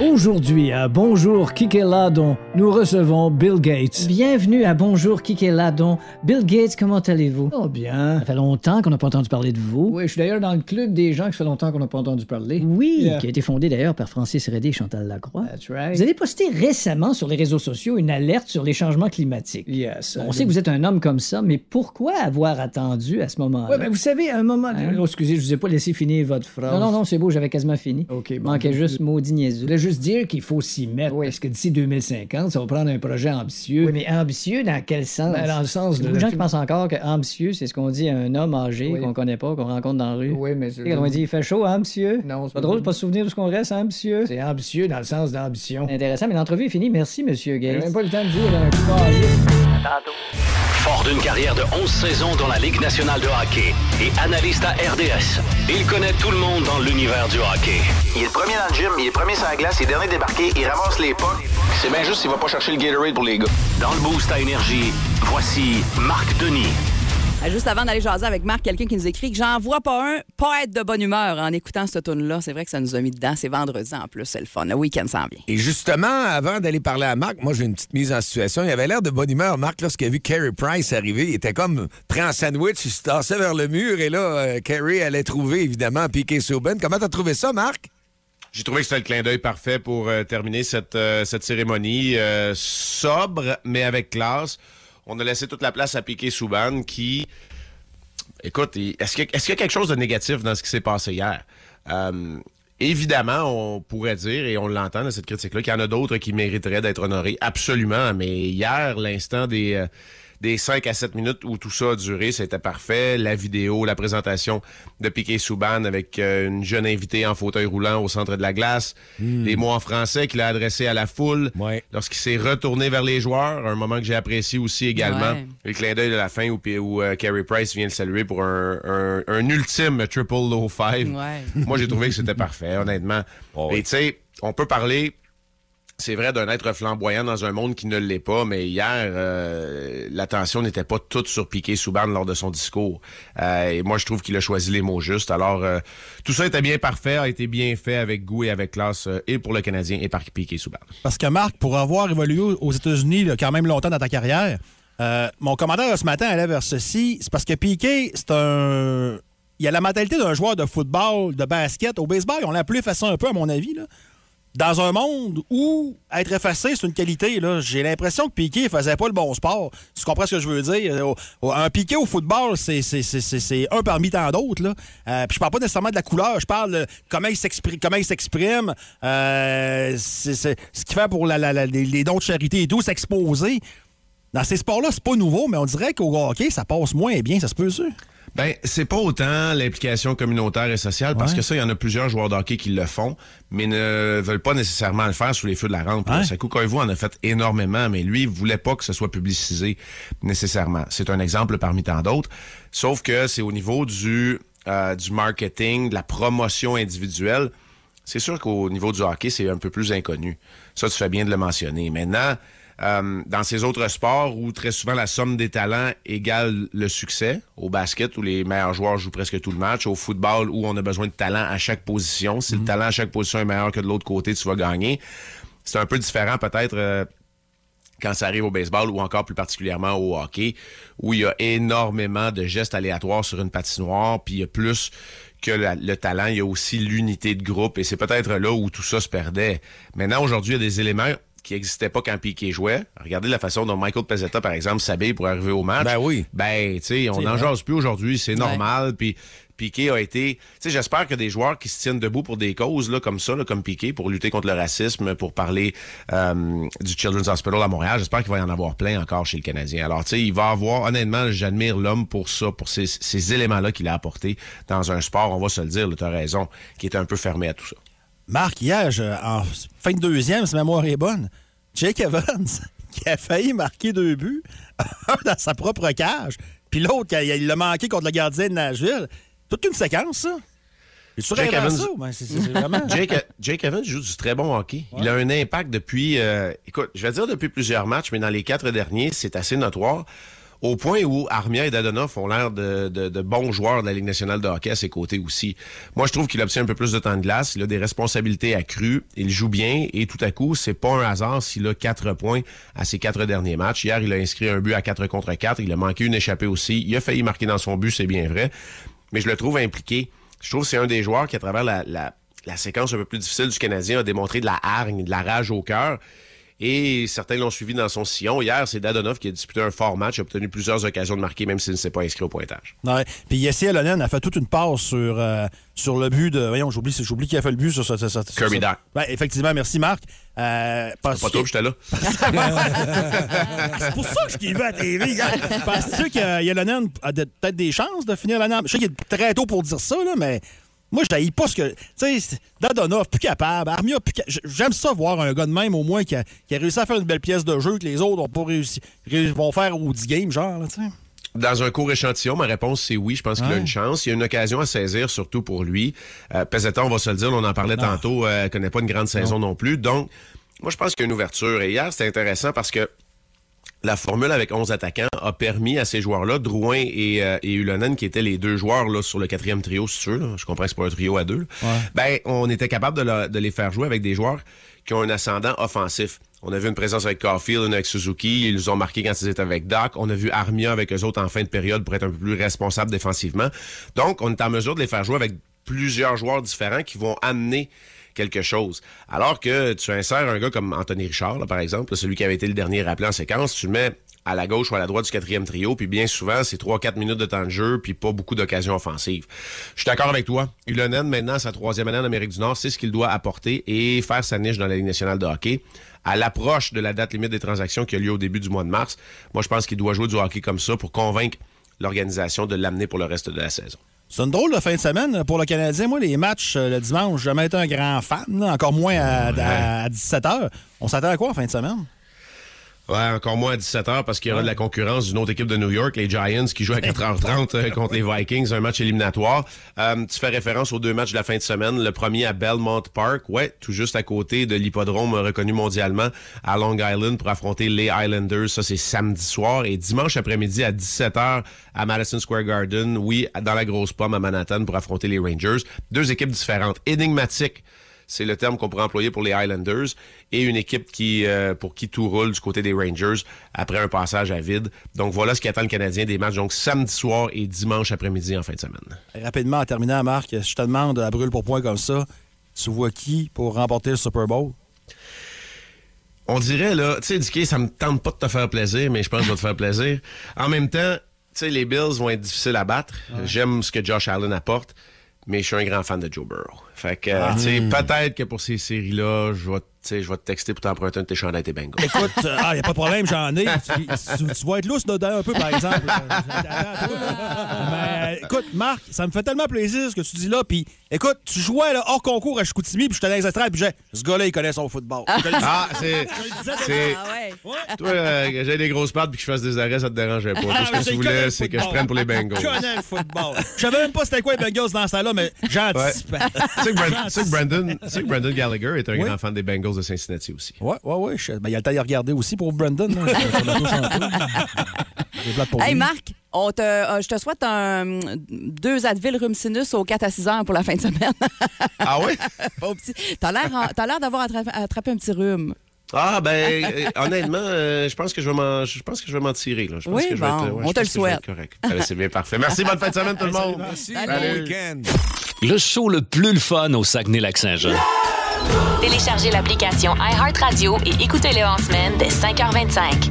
[SPEAKER 11] Aujourd'hui à Bonjour Kikeladon, nous recevons Bill Gates. Bienvenue à Bonjour Kikeladon. Bill Gates, comment allez-vous? Oh bien. Ça fait longtemps qu'on n'a pas entendu parler de vous. Oui, je suis d'ailleurs dans le club des gens que ça fait longtemps qu'on n'a pas entendu parler. Oui, qui a été fondé d'ailleurs par Francis Redé et Chantal Lacroix. Vous avez posté récemment sur les réseaux sociaux une alerte sur les changements climatiques. On sait que vous êtes un homme comme ça, mais pourquoi avoir attendu à ce
[SPEAKER 3] ben,
[SPEAKER 11] moment-là? Oui, mais vous savez, à un moment... Ah Oh, excusez, je vous ai pas laissé finir votre phrase. hein. Non, non, non, c'est beau, j'avais quasiment fini. OK, Manquait juste maudit niaiseux. Je voulais juste dire qu'il faut s'y mettre, parce que d'ici 2050, ça va prendre un projet ambitieux. Oui, mais ambitieux dans quel sens? Ben, dans le sens de... Les gens qui pensent encore que ambitieux, c'est ce qu'on dit à un homme âgé qu'on connaît pas, qu'on rencontre dans la rue. Oui, mais... On dit, il fait chaud, hein, monsieur? Non, c'est pas drôle de pas se souvenir de ce qu'on reste, hein, monsieur? C'est ambitieux dans le sens d'ambition. Intéressant, mais l'entrevue est finie. Merci, monsieur Gates. même pas le temps de dire un
[SPEAKER 2] Fort d'une carrière de 11 saisons dans la Ligue nationale de hockey et analyste à RDS, il connaît tout le monde dans l'univers du hockey.
[SPEAKER 12] Il est le premier dans le gym, il est premier sur la glace, il est dernier débarqué, il ramasse les pas.
[SPEAKER 2] C'est bien juste s'il va pas chercher le Gatorade pour les gars. Dans le boost à énergie, voici Marc Denis.
[SPEAKER 4] Ah, Juste avant d'aller jaser avec Marc, quelqu'un qui nous écrit que j'en vois pas un pas être de bonne humeur en écoutant ce tune-là. C'est vrai que ça nous a mis dedans. C'est vendredi en plus, c'est le fun. Le week-end s'en vient.
[SPEAKER 3] Et justement, avant d'aller parler à Marc, moi, j'ai une petite mise en situation. Il avait l'air de bonne humeur, Marc, lorsqu'il a vu Carrie Price arriver. Il était comme pris en sandwich, il se tassait vers le mur. Et là, euh, Carrie allait trouver, évidemment, Piqué Souben. Comment t'as trouvé ça, Marc?
[SPEAKER 13] J'ai trouvé que c'était le clin d'œil parfait pour euh, terminer cette, euh, cette cérémonie euh, sobre, mais avec classe. On a laissé toute la place à Piqué Souban qui. Écoute, il- est-ce qu'il y, a- est-ce qu'il y a quelque chose de négatif dans ce qui s'est passé hier? Euh, évidemment, on pourrait dire, et on l'entend dans cette critique-là, qu'il y en a d'autres qui mériteraient d'être honorés. Absolument. Mais hier, l'instant des. euh, des 5 à 7 minutes où tout ça a duré, c'était parfait. La vidéo, la présentation de Piquet Souban avec euh, une jeune invitée en fauteuil roulant au centre de la glace,
[SPEAKER 6] Hmm.
[SPEAKER 13] les mots en français qu'il a adressés à la foule lorsqu'il s'est retourné vers les joueurs, un moment que j'ai apprécié aussi également.
[SPEAKER 14] Ouais.
[SPEAKER 13] Le clin d'œil de la fin où, où euh, Carey Price vient le saluer pour un, un- un ultime triple low five.
[SPEAKER 14] Ouais.
[SPEAKER 13] Moi, j'ai trouvé que c'était parfait, honnêtement. Et tu sais, on peut parler c'est vrai d'un être flamboyant dans un monde qui ne l'est pas, mais hier, euh, l'attention n'était pas toute sur Piqué Souban lors de son discours. Euh, et moi, je trouve qu'il a choisi les mots justes. Alors, euh, tout ça était bien parfait, a été bien fait avec goût et avec classe, euh, et pour le Canadien et par Piqué Souban.
[SPEAKER 6] Parce que Marc, pour avoir évolué aux États-Unis là, quand même longtemps dans ta carrière, euh, mon commentaire ce matin allait vers ceci. C'est parce que Piqué, c'est un. Il a la mentalité d'un joueur de football, de basket. Au baseball, on l'a appelé façon un peu, à mon avis. là. Dans un monde où être effacé, c'est une qualité, là, j'ai l'impression que Piqué faisait pas le bon sport. Tu comprends ce que je veux dire? Euh, au- Un Piqué au football, c'est c'est- c'est- c'est- c'est un parmi tant d'autres. là. Euh, puis je parle pas nécessairement de la couleur, je parle de comment il s'exprime, comment il s'exprime, euh, c'est- c'est- ce qu'il fait pour la- la- la- les, les dons de charité et tout, s'exposer. Dans ces sports-là, c'est pas nouveau, mais on dirait qu'au hockey, ça passe moins bien, ça se peut, ça?
[SPEAKER 13] Ben, c'est pas autant l'implication communautaire et sociale, parce
[SPEAKER 6] Ouais.
[SPEAKER 13] que ça, il y en a plusieurs joueurs de hockey qui le font, mais ne veulent pas nécessairement le faire sous les feux de la rampe. là. Sakou Koivu en a fait énormément, Ah, mais lui, il voulait pas que ce soit publicisé nécessairement. C'est un exemple parmi tant d'autres. Sauf que c'est au niveau du, euh, du marketing, de la promotion individuelle. C'est sûr qu'au niveau du hockey, c'est un peu plus inconnu. Ça, tu fais bien de le mentionner. Maintenant, euh, dans ces autres sports où très souvent la somme des talents égale le succès, au basket où les meilleurs joueurs jouent presque tout le match, au football où on a besoin de talent à chaque position, si le talent à chaque position est meilleur que de l'autre côté, tu vas gagner. C'est un peu différent peut-être euh, quand ça arrive au baseball ou encore plus particulièrement au hockey, où il y a énormément de gestes aléatoires sur une patinoire, puis il y a plus que la- le talent, il y a aussi l'unité de groupe, et c'est peut-être là où tout ça se perdait. Maintenant, aujourd'hui, il y a des éléments qui n'existaient pas quand Piqué jouait. Regardez la façon dont Michael Pezzetta, par exemple, s'habille pour arriver au match. Ben oui. Ben, tu sais, on
[SPEAKER 6] C'est
[SPEAKER 13] n'en
[SPEAKER 6] vrai.
[SPEAKER 13] jase plus aujourd'hui, c'est normal, puis... Piqué a été. Tu sais, j'espère que des joueurs qui se tiennent debout pour des causes là, comme ça, là, comme Piqué, pour lutter contre le racisme, pour parler euh, du Children's Hospital à Montréal, j'espère qu'il va y en avoir plein encore chez le Canadien. Alors, tu sais, il va avoir. Honnêtement, j'admire l'homme pour ça, pour ces, ces éléments-là qu'il a apportés dans un sport, on va se le dire, tu as raison, qui était un peu fermé à tout ça.
[SPEAKER 6] Marc, hier, je- en fin de deuxième, si ma mémoire est bonne, Jake Evans, qui a failli marquer deux buts, un dans sa propre cage, puis l'autre, qui a- il l'a manqué contre le gardien de Nashville. Toute une séquence, ça. J'ai-tu
[SPEAKER 13] Jake
[SPEAKER 6] rêvé à
[SPEAKER 13] Evans-
[SPEAKER 6] ça? Ben, c'est- c'est- c'est vraiment-
[SPEAKER 13] Jake, Jake Evans joue du très bon hockey. Il a un impact depuis, euh, écoute, je vais dire depuis plusieurs matchs, mais dans les quatre derniers, c'est assez notoire. Au point où Armia et Dadonov ont l'air de, de- de bons joueurs de la Ligue nationale de hockey à ses côtés aussi. Moi, je trouve qu'il obtient un peu plus de temps de glace. Il a des responsabilités accrues. Il joue bien et tout à coup, c'est pas un hasard s'il a quatre points à ses quatre derniers matchs. Hier, il a inscrit un but à quatre contre quatre. Il a manqué une échappée aussi. Il a failli marquer dans son but, c'est bien vrai. Mais je le trouve impliqué. Je trouve que c'est un des joueurs qui, à travers la, la- la séquence un peu plus difficile du Canadien, a démontré de la hargne, de la rage au cœur. Et certains l'ont suivi dans son sillon. Hier, c'est Dadonov qui a disputé un fort match, a obtenu plusieurs occasions de marquer, même s'il ne s'est pas inscrit au pointage.
[SPEAKER 6] Ouais. Puis Yessi Alonen a fait toute une passe sur, euh, sur le but de. Voyons, j'oublie, j'oublie qui a fait le but sur ça.
[SPEAKER 13] Kirby Doc.
[SPEAKER 6] effectivement, merci Marc. Euh, parce
[SPEAKER 13] Pas
[SPEAKER 6] que-
[SPEAKER 13] trop, j'étais là.
[SPEAKER 6] C'est pour ça que je t'ai vu à la TV. gars. euh, Penses-tu que Yolonen a de- peut-être des chances de finir la NAM? Je sais qu'il est très tôt pour dire ça, là, mais Moi, je haïs pas ce que. Tu sais, c'est- Dadonov, plus capable. Armia, plus ca- j- J'aime ça voir un gars de même, au moins, qui a, qui a réussi à faire une belle pièce de jeu que les autres ont pas réussi. ré- vont faire au 10 games, genre, là, tu sais.
[SPEAKER 13] Dans un court échantillon, ma réponse, c'est oui. Je pense qu'il a
[SPEAKER 6] Ouais.
[SPEAKER 13] une chance. Il y a une occasion à saisir, surtout pour lui. Euh, Pezzetta, on va se le dire, on en parlait tantôt, euh, connaît pas une grande saison non, plus. Donc, moi, je pense qu'il y a une ouverture. Et hier, c'était intéressant parce que la formule avec 11 attaquants a permis à ces joueurs-là, Drouin et, euh, et Ulonen, qui étaient les deux joueurs là, sur le quatrième trio, si tu veux, là, je comprends que c'est pas un trio à deux, là. ben, on était capable de, la- de les faire jouer avec des joueurs qui ont un ascendant offensif. On a vu une présence avec Caulfield, une avec Suzuki, ils nous ont marqué quand ils étaient avec Doc. On a vu Armia avec eux autres en fin de période pour être un peu plus responsable défensivement. Donc, on est en mesure de les faire jouer avec plusieurs joueurs différents qui vont amener quelque chose. Alors que tu insères un gars comme Anthony Richard, là, par exemple, là, celui qui avait été le dernier rappelé en séquence, tu le mets à la gauche ou à la droite du quatrième trio, puis bien souvent, c'est 3-4 minutes de temps de jeu, puis pas beaucoup d'occasions offensives. Je suis d'accord avec toi. Ulonen, maintenant, sa troisième année en Amérique du Nord, c'est ce qu'il doit apporter et faire sa niche dans la Ligue nationale de hockey. À l'approche de la date limite des transactions qui a lieu au début du mois de mars, moi, je pense qu'il doit jouer du hockey comme ça pour convaincre l'organisation de l'amener pour le reste de la saison.
[SPEAKER 6] C'est une drôle de fin de semaine là, pour le Canadien. Moi, les matchs euh, le dimanche, j'ai jamais été un grand fan, là, encore moins à, à- à 17h. On s'attend à quoi en fin de semaine?
[SPEAKER 13] Ouais, encore moins à 17h parce qu'il y aura de la concurrence d'une autre équipe de New York, les Giants, qui jouent à 4h30 euh, contre les Vikings, un match éliminatoire. Euh, tu fais référence aux deux matchs de la fin de semaine. Le premier à Belmont Park, ouais, tout juste à côté de l'hippodrome reconnu mondialement à Long Island pour affronter les Islanders. Ça, c'est samedi soir. Et dimanche après-midi à 17h à Madison Square Garden, oui, dans la grosse pomme à Manhattan pour affronter les Rangers. Deux équipes différentes, énigmatiques. C'est le terme qu'on pourrait employer pour les Highlanders et une équipe qui, euh, pour qui tout roule du côté des Rangers après un passage à vide. Donc voilà ce qui attend le Canadien des matchs donc samedi soir et dimanche après-midi en fin de semaine.
[SPEAKER 6] Rapidement, en terminant, Marc, je te demande à brûle pour point comme ça, tu vois qui pour remporter le Super Bowl?
[SPEAKER 13] On dirait, là, tu sais, Dicky, ça me tente pas de te faire plaisir, mais je pense que je vais te faire plaisir. En même temps, tu sais, les Bills vont être difficiles à battre. J'aime ce que Josh Allen apporte, mais je suis un grand fan de Joe Burrow. Fait que, euh,
[SPEAKER 6] Ah.
[SPEAKER 13] tu sais,
[SPEAKER 6] Hmm.
[SPEAKER 13] peut-être que pour ces séries-là, je vais te- tu sais, je vais te texter pour t'emprunter un de tes chandails des Bengals.
[SPEAKER 6] Écoute, il n'y ah, a pas de problème, j'en ai. Tu, tu- tu vas être lousse dedans un peu, par exemple. Mais, euh, écoute, Marc, ça me fait tellement plaisir ce que tu dis là. Puis, écoute, tu jouais là, hors concours à Chicoutimi, puis je te les extraits, puis j'ai ce gars-là, il connaît son football. Je te le dis.
[SPEAKER 13] Ah, c'est-
[SPEAKER 6] Je te le disais
[SPEAKER 13] c'est-
[SPEAKER 4] Ah
[SPEAKER 6] déjà.
[SPEAKER 13] Toi, euh, que j'ai des grosses pattes puis que je fasse des arrêts, ça te dérangeait pas. Tout
[SPEAKER 6] Ah,
[SPEAKER 13] ce
[SPEAKER 6] mais
[SPEAKER 13] que tu
[SPEAKER 6] j'ai connu
[SPEAKER 13] voulais,
[SPEAKER 6] le
[SPEAKER 13] c'est que je
[SPEAKER 6] football.
[SPEAKER 13] prenne pour les Bengals.
[SPEAKER 6] Je connais le football. Je savais même pas c'était quoi les Bengals dans ça là, mais j'anticipe.
[SPEAKER 13] Ouais. tu sais que, Brand- tu sais que Brandon, tu sais que Brandon Gallagher est un
[SPEAKER 6] Oui.
[SPEAKER 13] grand fan des Bengals de Cincinnati aussi.
[SPEAKER 6] Ouais, ouais, ouais. je- ben, Il y a le temps de regarder aussi pour Brandon. là. Sur- sur la touche un peu. J'ai plate pour
[SPEAKER 4] Hey
[SPEAKER 6] lui.
[SPEAKER 4] Marc, on te, euh, je te souhaite un, deux Advil Rumsinus aux 4 à 6 heures pour la fin de semaine.
[SPEAKER 13] Ah ouais?
[SPEAKER 4] Au petit- T'as l'air en- t'as l'air d'avoir attra- attrapé un petit rhume.
[SPEAKER 13] Ah ben euh, honnêtement, euh, je pense que je vais m'en, je pense que je vais m'en tirer là. Je pense
[SPEAKER 4] Oui,
[SPEAKER 13] que je
[SPEAKER 4] bon,
[SPEAKER 13] vais être, ouais,
[SPEAKER 4] on
[SPEAKER 13] je
[SPEAKER 4] te le
[SPEAKER 13] pense que je vais être
[SPEAKER 4] souhaite.
[SPEAKER 13] correct. Ah ben, c'est bien parfait. Merci, bonne fin de semaine tout le monde.
[SPEAKER 3] Merci,
[SPEAKER 13] Salut.
[SPEAKER 3] bon week-end.
[SPEAKER 2] Le show le plus le fun au Saguenay-Lac-Saint-Jean.
[SPEAKER 1] Téléchargez l'application iHeartRadio et écoutez-le en semaine dès 5h25.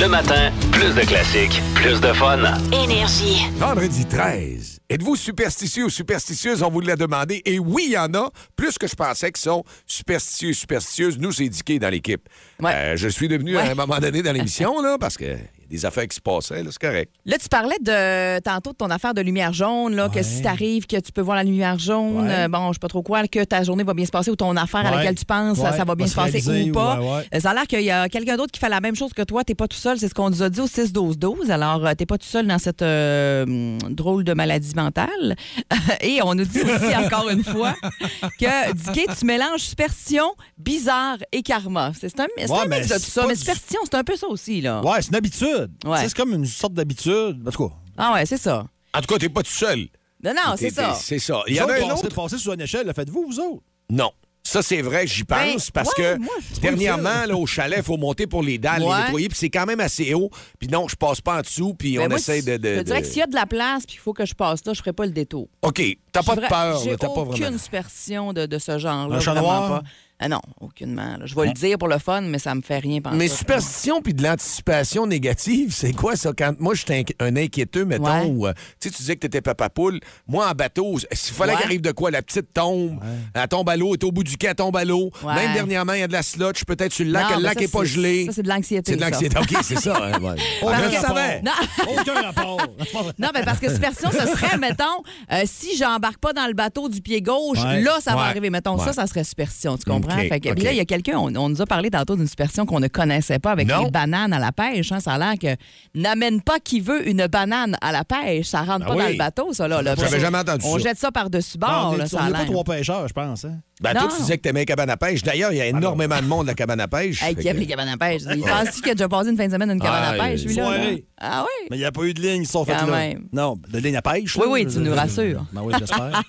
[SPEAKER 2] Le matin, plus de classiques, plus de fun.
[SPEAKER 1] Énergie.
[SPEAKER 3] Vendredi 13. Êtes-vous superstitieux ou superstitieuse? On vous l'a demandé. Et oui, il y en a, plus que je pensais, qui sont superstitieux, superstitieuses. Nous, c'est indiqué dans l'équipe. Euh, je suis devenu à un moment donné dans l'émission, là, parce que y a des affaires qui se passaient, là, c'est correct.
[SPEAKER 4] Là, tu parlais de tantôt de ton affaire de lumière jaune, là, que si t'arrives, que tu peux voir la lumière jaune,
[SPEAKER 8] Ouais.
[SPEAKER 4] euh, bon, je sais pas trop quoi, que ta journée va bien se passer ou ton affaire à
[SPEAKER 8] Ouais.
[SPEAKER 4] laquelle tu penses,
[SPEAKER 8] Ouais,
[SPEAKER 4] ça va
[SPEAKER 8] va
[SPEAKER 4] bien
[SPEAKER 8] se
[SPEAKER 4] se passer
[SPEAKER 8] réaliser,
[SPEAKER 4] ou pas.
[SPEAKER 8] ouais, ouais.
[SPEAKER 4] Euh, Ça a l'air qu'il y a quelqu'un d'autre qui fait la même chose que toi, t'es pas tout seul, c'est ce qu'on nous a dit au 6-12-12. Alors, euh, t'es pas tout seul dans cette euh, hum, drôle de maladie mentale. Et on nous dit aussi encore une fois que Dicky, tu mélanges superstition, bizarre et karma. C'est c'est un, c'est
[SPEAKER 6] Ouais,
[SPEAKER 4] un
[SPEAKER 6] mais
[SPEAKER 4] mix de tout
[SPEAKER 6] c'est
[SPEAKER 4] ça,
[SPEAKER 6] pas
[SPEAKER 4] mais
[SPEAKER 6] du-
[SPEAKER 4] superstition, c'est un peu ça aussi, là.
[SPEAKER 6] Ouais, c'est une habitude. Tu
[SPEAKER 4] Ouais.
[SPEAKER 6] sais, C'est comme une sorte d'habitude. En tout cas.
[SPEAKER 4] Ah ouais, c'est ça.
[SPEAKER 3] En tout cas, t'es pas tout seul.
[SPEAKER 4] Non, non, Ah, c'est
[SPEAKER 3] T'es-
[SPEAKER 4] ça.
[SPEAKER 3] t'es- C'est ça. Il y en
[SPEAKER 6] Vous
[SPEAKER 3] a
[SPEAKER 6] autres,
[SPEAKER 3] un autre.
[SPEAKER 6] pensez- pensez sur une échelle, le faites-vous, vous autres?
[SPEAKER 3] Non. Ça, c'est vrai, j'y pense,
[SPEAKER 6] Ben,
[SPEAKER 3] parce
[SPEAKER 6] ouais,
[SPEAKER 3] que
[SPEAKER 6] moi, je suis pas
[SPEAKER 3] dernièrement,
[SPEAKER 6] utile.
[SPEAKER 3] là, au chalet, il faut monter pour les dalles,
[SPEAKER 4] Ouais.
[SPEAKER 3] les nettoyer, puis c'est quand même assez haut. Puis non, je passe pas en dessous, puis
[SPEAKER 4] Ben
[SPEAKER 3] on
[SPEAKER 4] moi,
[SPEAKER 3] essaie
[SPEAKER 4] si-
[SPEAKER 3] de... de-
[SPEAKER 4] je dirais
[SPEAKER 3] de-
[SPEAKER 4] que s'il y a de la place puis il faut que je passe là, je ferai pas le détour.
[SPEAKER 3] OK, t'as pas de
[SPEAKER 4] J'ai vra-
[SPEAKER 3] peur,
[SPEAKER 4] J'ai
[SPEAKER 3] là, t'as pas
[SPEAKER 4] aucune
[SPEAKER 3] vraiment...
[SPEAKER 4] superstition de, de ce genre-là.
[SPEAKER 3] Un chat
[SPEAKER 4] vraiment
[SPEAKER 3] noir?
[SPEAKER 4] pas. Ah non, aucunement. là. Je vais le dire pour le fun, mais Ah, ça me fait rien penser.
[SPEAKER 3] Mais superstition puis de l'anticipation négative, c'est quoi ça? Quand moi, je suis inqui- un inquiéteux, mettons,
[SPEAKER 4] Ouais.
[SPEAKER 3] ou, euh, tu sais, tu disais que t'étais papa poule. Moi, en bateau, s- s'il fallait
[SPEAKER 4] Ouais.
[SPEAKER 3] qu'il arrive de quoi? La petite tombe, elle tombe à l'eau, elle est au bout du quai, elle tombe à l'eau.
[SPEAKER 4] Ouais.
[SPEAKER 3] Même dernièrement, il y a de la slotch, peut-être sur le lac,
[SPEAKER 4] Non,
[SPEAKER 3] le
[SPEAKER 4] mais
[SPEAKER 3] lac
[SPEAKER 4] ça,
[SPEAKER 3] n'est pas
[SPEAKER 4] c'est-
[SPEAKER 3] gelé.
[SPEAKER 4] Ça, c'est de l'anxiété.
[SPEAKER 3] C'est de l'anxiété.
[SPEAKER 4] ça.
[SPEAKER 3] OK, c'est ça. hein, ouais.
[SPEAKER 4] Parce
[SPEAKER 3] Ah, je
[SPEAKER 4] que-
[SPEAKER 3] le savais.
[SPEAKER 4] Non.
[SPEAKER 15] Aucun rapport.
[SPEAKER 4] Non, mais parce que superstition, ce serait, mettons, euh, si j'embarque pas dans le bateau du pied gauche,
[SPEAKER 15] Ouais.
[SPEAKER 4] là, ça va
[SPEAKER 15] Ouais.
[SPEAKER 4] arriver. Mettons,
[SPEAKER 15] Ouais.
[SPEAKER 4] ça, ça serait superstition, tu comprends?
[SPEAKER 15] OK,
[SPEAKER 4] Fait que- puis
[SPEAKER 15] OK.
[SPEAKER 4] là, il y a quelqu'un, on, on nous a parlé tantôt d'une superstition qu'on ne connaissait pas avec
[SPEAKER 15] Non.
[SPEAKER 4] les bananes à la pêche. hein. ça a l'air que n'amène pas qui veut une banane à la pêche. Ça
[SPEAKER 15] Ah
[SPEAKER 4] rentre pas
[SPEAKER 15] oui.
[SPEAKER 4] dans le bateau, ça, là. là.
[SPEAKER 3] J'avais
[SPEAKER 4] Parce-
[SPEAKER 3] jamais entendu
[SPEAKER 4] On
[SPEAKER 3] ça.
[SPEAKER 4] jette ça par-dessus
[SPEAKER 6] Ben,
[SPEAKER 3] Ah, on
[SPEAKER 4] bord,
[SPEAKER 3] est-
[SPEAKER 4] là, ça
[SPEAKER 3] on
[SPEAKER 4] a
[SPEAKER 3] est pas
[SPEAKER 4] l'air.
[SPEAKER 3] trois
[SPEAKER 15] pêcheurs, je pense. Hein?
[SPEAKER 3] Ben,
[SPEAKER 4] Non.
[SPEAKER 3] toi, tu disais que t'aimais les cabanes à pêche. D'ailleurs, il y a énormément de monde à la cabane à pêche.
[SPEAKER 4] Hey,
[SPEAKER 3] Fait
[SPEAKER 4] qui aime
[SPEAKER 3] que-
[SPEAKER 4] les cabanes à pêche? Il
[SPEAKER 3] Ouais.
[SPEAKER 4] pense qu'il a déjà passé une fin de semaine à une cabane
[SPEAKER 6] Ah,
[SPEAKER 4] à pêche,
[SPEAKER 6] il-
[SPEAKER 4] lui, là?
[SPEAKER 6] Ouais.
[SPEAKER 4] Ah oui?
[SPEAKER 6] Mais il n'y a pas eu de ligne, ils se sont faites
[SPEAKER 4] Quand
[SPEAKER 6] là.
[SPEAKER 4] même.
[SPEAKER 6] Non, de ligne à pêche.
[SPEAKER 4] Oui,
[SPEAKER 6] là,
[SPEAKER 4] oui,
[SPEAKER 6] je-
[SPEAKER 4] tu nous
[SPEAKER 6] je-
[SPEAKER 4] rassures.
[SPEAKER 6] Ben oui, j'espère.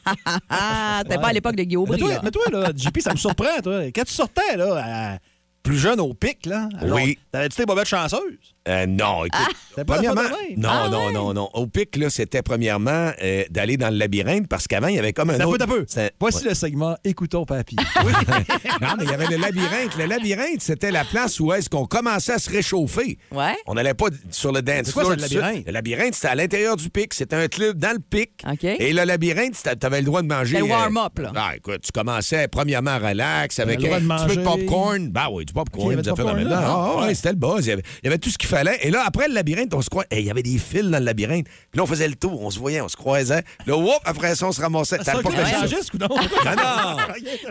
[SPEAKER 4] Ah, c'était pas à l'époque de Guillaume
[SPEAKER 6] mais,
[SPEAKER 4] Aubry,
[SPEAKER 6] toi,
[SPEAKER 4] là.
[SPEAKER 6] mais toi, là, JP, ça me surprend, toi. Quand tu sortais, là, à- plus jeune au pic, là, alors,
[SPEAKER 3] Oui.
[SPEAKER 6] t'avais-tu tes bobettes chanceuses?
[SPEAKER 3] Euh, non, écoute.
[SPEAKER 6] T'as pas la
[SPEAKER 3] Premièrement,
[SPEAKER 6] photo de même?
[SPEAKER 3] non,
[SPEAKER 6] Ah
[SPEAKER 3] non, non, non. Au pic, là, c'était premièrement euh, d'aller dans le labyrinthe parce qu'avant, il y avait comme un
[SPEAKER 6] T'as peu,
[SPEAKER 3] autre.
[SPEAKER 6] t'as peu.
[SPEAKER 3] C'était-
[SPEAKER 6] Voici
[SPEAKER 3] Ouais.
[SPEAKER 6] le segment Écoutons Papy.
[SPEAKER 3] non, mais il y avait le labyrinthe. Le labyrinthe, c'était la place où est-ce qu'on commençait à se réchauffer.
[SPEAKER 4] Ouais.
[SPEAKER 3] On n'allait pas d- sur le dance
[SPEAKER 6] C'est quoi,
[SPEAKER 3] floor
[SPEAKER 6] ça, le
[SPEAKER 3] tout de suite.
[SPEAKER 6] labyrinthe?
[SPEAKER 3] Le labyrinthe, c'était à l'intérieur du pic. C'était un club dans le pic.
[SPEAKER 4] OK.
[SPEAKER 3] Et le labyrinthe, c'était- t'avais le droit de manger.
[SPEAKER 4] C'était le
[SPEAKER 3] euh,
[SPEAKER 4] warm-up, là.
[SPEAKER 3] Ah, écoute, tu commençais premièrement relax avec
[SPEAKER 6] le droit
[SPEAKER 3] un
[SPEAKER 6] de
[SPEAKER 3] petit peu de
[SPEAKER 6] manger.
[SPEAKER 3] popcorn. Ben oui,
[SPEAKER 6] OK, il
[SPEAKER 3] du
[SPEAKER 6] y
[SPEAKER 3] popcorn.
[SPEAKER 6] avait
[SPEAKER 3] des
[SPEAKER 6] du
[SPEAKER 3] affaires de
[SPEAKER 6] popcorn,
[SPEAKER 3] même.
[SPEAKER 6] là.
[SPEAKER 3] Ah, ah, ouais,
[SPEAKER 6] Ouais.
[SPEAKER 3] c'était le buzz. Il y, avait, il y avait tout ce qu'il fallait. Et là, après le labyrinthe, on se croisait. Hey, il y avait des fils dans le labyrinthe. Puis là, on faisait le tour. On se voyait, on se croisait. Là, whoop, après ça, on se ramassait.
[SPEAKER 6] C'est un
[SPEAKER 3] T'as pas
[SPEAKER 6] club
[SPEAKER 3] connu ça.
[SPEAKER 6] échangiste ou non?
[SPEAKER 3] Non, non.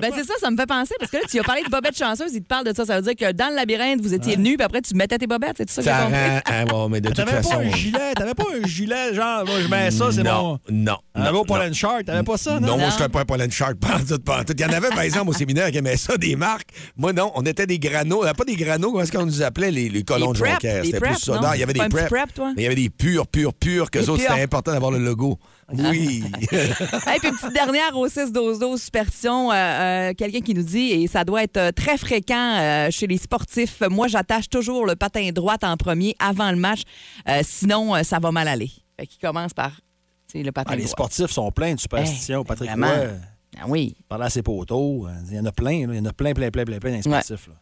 [SPEAKER 4] Ben c'est ça, ça me fait penser, parce que là, tu as parlé de bobettes chanceuses, il te parle de ça. Ça veut dire que dans le labyrinthe, vous étiez nus, puis après, tu mettais tes bobettes, c'est tout ça que j'ai
[SPEAKER 3] Ça
[SPEAKER 4] compris?
[SPEAKER 3] rend- Ah, ouais, mais de toute
[SPEAKER 6] T'avais pas
[SPEAKER 3] façon.
[SPEAKER 6] un gilet, t'avais pas un gilet, genre, moi, je mets ça, c'est
[SPEAKER 3] non,
[SPEAKER 6] mon.
[SPEAKER 3] Non.
[SPEAKER 4] Ah
[SPEAKER 6] Un
[SPEAKER 3] non,
[SPEAKER 6] beau Paul
[SPEAKER 3] non.
[SPEAKER 6] and Shark, t'avais pas ça, non?
[SPEAKER 3] Non, moi, je pas un Paul and Shark, pas en tout, pas en tout. Il y en avait, par exemple, au séminaire qui aimaient ça, des marques. Moi, non, on était des granos. euh, Pas des granos, comment est-ce qu'on nous appelait, les, les colons
[SPEAKER 4] Les
[SPEAKER 3] de
[SPEAKER 4] prep,
[SPEAKER 3] Jonquière?
[SPEAKER 4] les
[SPEAKER 3] C'était
[SPEAKER 4] prep,
[SPEAKER 3] plus ça.
[SPEAKER 4] non?
[SPEAKER 3] Non, il y
[SPEAKER 4] Pas
[SPEAKER 3] avait des
[SPEAKER 4] un petit
[SPEAKER 3] preps.
[SPEAKER 4] prep, toi?
[SPEAKER 3] Mais il y avait des purs, purs, purs, que
[SPEAKER 4] Des
[SPEAKER 3] autres, c'était
[SPEAKER 4] purs. Ah.
[SPEAKER 3] important d'avoir le logo. Oui.
[SPEAKER 4] Hey, puis une petite dernière au 6 12 12 superstition, euh, euh, quelqu'un qui nous dit et ça doit être euh, très fréquent euh, chez les sportifs. Moi, j'attache toujours le patin droit en premier avant le match, euh, sinon euh, ça va mal aller. Fait qu'il commence par tu sais, le patin
[SPEAKER 6] Ah, les
[SPEAKER 4] droit.
[SPEAKER 6] sportifs sont pleins de superstitions.
[SPEAKER 4] Hey,
[SPEAKER 6] Patrick
[SPEAKER 4] Eh, vraiment.
[SPEAKER 6] Roy,
[SPEAKER 4] Ah oui.
[SPEAKER 6] parlait à ses poteaux. hein. Il y en a plein, là. il y en a plein, plein, plein, plein, plein dans les
[SPEAKER 4] Ouais.
[SPEAKER 6] sportifs. là.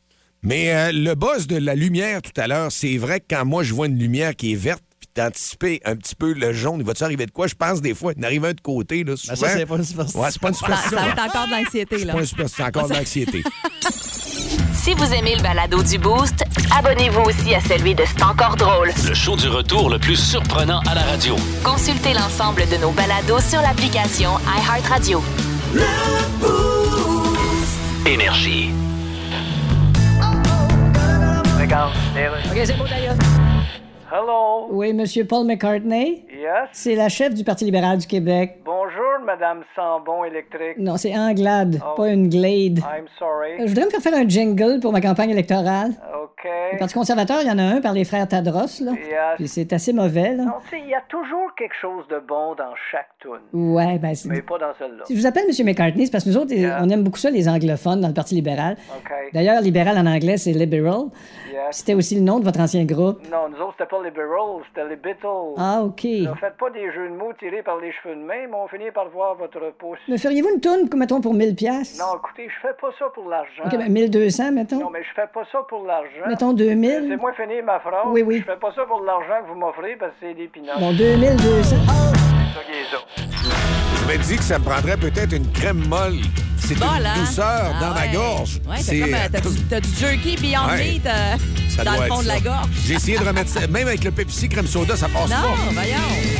[SPEAKER 3] Mais euh, le boss de la lumière tout à l'heure, c'est vrai que quand moi je vois une lumière qui est verte, puis d'anticiper un petit peu le jaune, il va-tu arriver de quoi? Je pense des fois, il en arrive un de côté. Là,
[SPEAKER 6] Ben,
[SPEAKER 3] souvent.
[SPEAKER 6] ça, c'est pas une superstition.
[SPEAKER 3] Ouais, c'est pas une
[SPEAKER 4] Ça,
[SPEAKER 3] superstition.
[SPEAKER 4] ça va être encore de l'anxiété
[SPEAKER 3] C'est
[SPEAKER 4] là.
[SPEAKER 3] pas une superstition, c'est encore de l'anxiété.
[SPEAKER 1] Si vous aimez le balado du Boost, abonnez-vous aussi à celui de C'est encore drôle.
[SPEAKER 2] Le show du retour le plus surprenant à la radio.
[SPEAKER 1] Consultez l'ensemble de nos balados sur l'application iHeartRadio.
[SPEAKER 2] Énergie.
[SPEAKER 11] Hello.
[SPEAKER 16] Oui, Monsieur Paul McCartney?
[SPEAKER 11] Yes.
[SPEAKER 16] C'est la chef du Parti libéral du Québec.
[SPEAKER 11] Bonjour, Madame Sambon électrique.
[SPEAKER 16] Non, c'est Anglade, pas une Glade.
[SPEAKER 11] I'm sorry.
[SPEAKER 16] Euh, Je voudrais me faire faire un jingle pour ma campagne électorale.
[SPEAKER 11] OK.
[SPEAKER 16] Le Parti conservateur, il y en a un par les frères Tadros, là.
[SPEAKER 11] Yes.
[SPEAKER 16] Puis c'est assez mauvais, là.
[SPEAKER 11] Non, tu sais, il y a toujours quelque chose de bon dans chaque tune.
[SPEAKER 16] Ouais, ben c'est...
[SPEAKER 11] Mais pas dans celle-là.
[SPEAKER 16] Si je vous appelle M. McCartney, c'est parce que nous autres,
[SPEAKER 11] Yeah.
[SPEAKER 16] on aime beaucoup ça, les anglophones, dans le Parti libéral.
[SPEAKER 11] OK.
[SPEAKER 16] D'ailleurs, libéral en anglais, c'est liberal.
[SPEAKER 11] Yes.
[SPEAKER 16] Puis C'était aussi le nom de votre ancien groupe.
[SPEAKER 11] Non, nous autres, c'était pas les Beatles, c'était les Beatles.
[SPEAKER 16] Ah, OK.
[SPEAKER 11] Ne faites pas des jeux de mots tirés par les cheveux de main, mais on finit par voir votre pouce.
[SPEAKER 16] Me feriez-vous une toune, mettons, pour 1000 pièces
[SPEAKER 11] Non, écoutez, je fais pas ça pour l'argent.
[SPEAKER 16] OK, ben 1200, mettons.
[SPEAKER 11] Non, mais je fais pas ça pour l'argent.
[SPEAKER 16] Mettons 2000.
[SPEAKER 11] Euh, C'est moi finir ma phrase.
[SPEAKER 16] Oui, oui.
[SPEAKER 11] Je fais pas ça pour l'argent que vous m'offrez parce que c'est des pinottes.
[SPEAKER 16] Bon, 2200.
[SPEAKER 17] Je me dis que ça me prendrait peut-être une crème molle. C'est
[SPEAKER 4] Molle,
[SPEAKER 17] une
[SPEAKER 4] hein?
[SPEAKER 17] douceur dans ma gorge.
[SPEAKER 4] Ouais,
[SPEAKER 17] C'est-
[SPEAKER 4] c'est comme euh, t'as du- t'as du jerky Beyond
[SPEAKER 17] Ouais.
[SPEAKER 4] Meat euh,
[SPEAKER 17] Ça
[SPEAKER 4] dans
[SPEAKER 17] doit
[SPEAKER 4] le
[SPEAKER 17] être
[SPEAKER 4] fond de
[SPEAKER 17] ça.
[SPEAKER 4] la gorge.
[SPEAKER 17] J'ai essayé de remettre ça. Même avec le Pepsi crème soda, ça passe
[SPEAKER 4] Non,
[SPEAKER 17] pas.
[SPEAKER 4] voyons.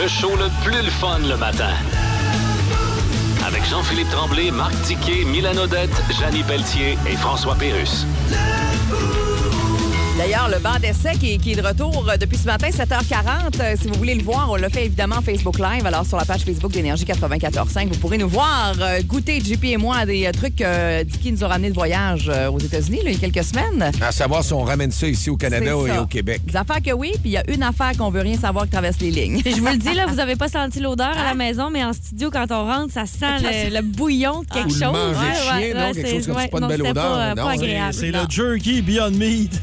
[SPEAKER 2] Le show le plus le fun le matin. Avec Jean-Philippe Tremblay, Marc Tiquet, Milan Odette, Janine Pelletier et François Pérus.
[SPEAKER 4] D'ailleurs, le banc d'essai qui, est- qui est de retour euh, depuis ce matin, 7h40. Euh, si vous voulez le voir, on l'a fait évidemment en Facebook Live. Alors, sur la page Facebook d'Énergie 94.5, vous pourrez nous voir euh, goûter, JP et moi, à des euh, trucs que Dicky nous a ramenés de voyage euh, aux États-Unis là, il y a quelques semaines.
[SPEAKER 17] À savoir si on ramène ça ici au Canada
[SPEAKER 4] C'est
[SPEAKER 17] et
[SPEAKER 4] ça.
[SPEAKER 17] au Québec.
[SPEAKER 4] Des affaires que oui, puis il y a une affaire qu'on veut rien savoir qui traverse les lignes.
[SPEAKER 18] Puis je vous le dis, là, vous avez pas senti l'odeur à la maison, mais en studio, quand on rentre, ça sent le, le bouillon de quelque
[SPEAKER 17] Ou le
[SPEAKER 18] chose.
[SPEAKER 17] manger chien, non, quelque
[SPEAKER 18] c'est-
[SPEAKER 17] chose comme ça,
[SPEAKER 18] ouais,
[SPEAKER 17] pas une
[SPEAKER 18] non,
[SPEAKER 17] belle
[SPEAKER 18] c'était
[SPEAKER 17] odeur,
[SPEAKER 18] Pas,
[SPEAKER 17] non.
[SPEAKER 18] euh, pas
[SPEAKER 17] C'est-
[SPEAKER 18] agréable.
[SPEAKER 6] C'est
[SPEAKER 18] non.
[SPEAKER 6] le jerky Beyond Meat.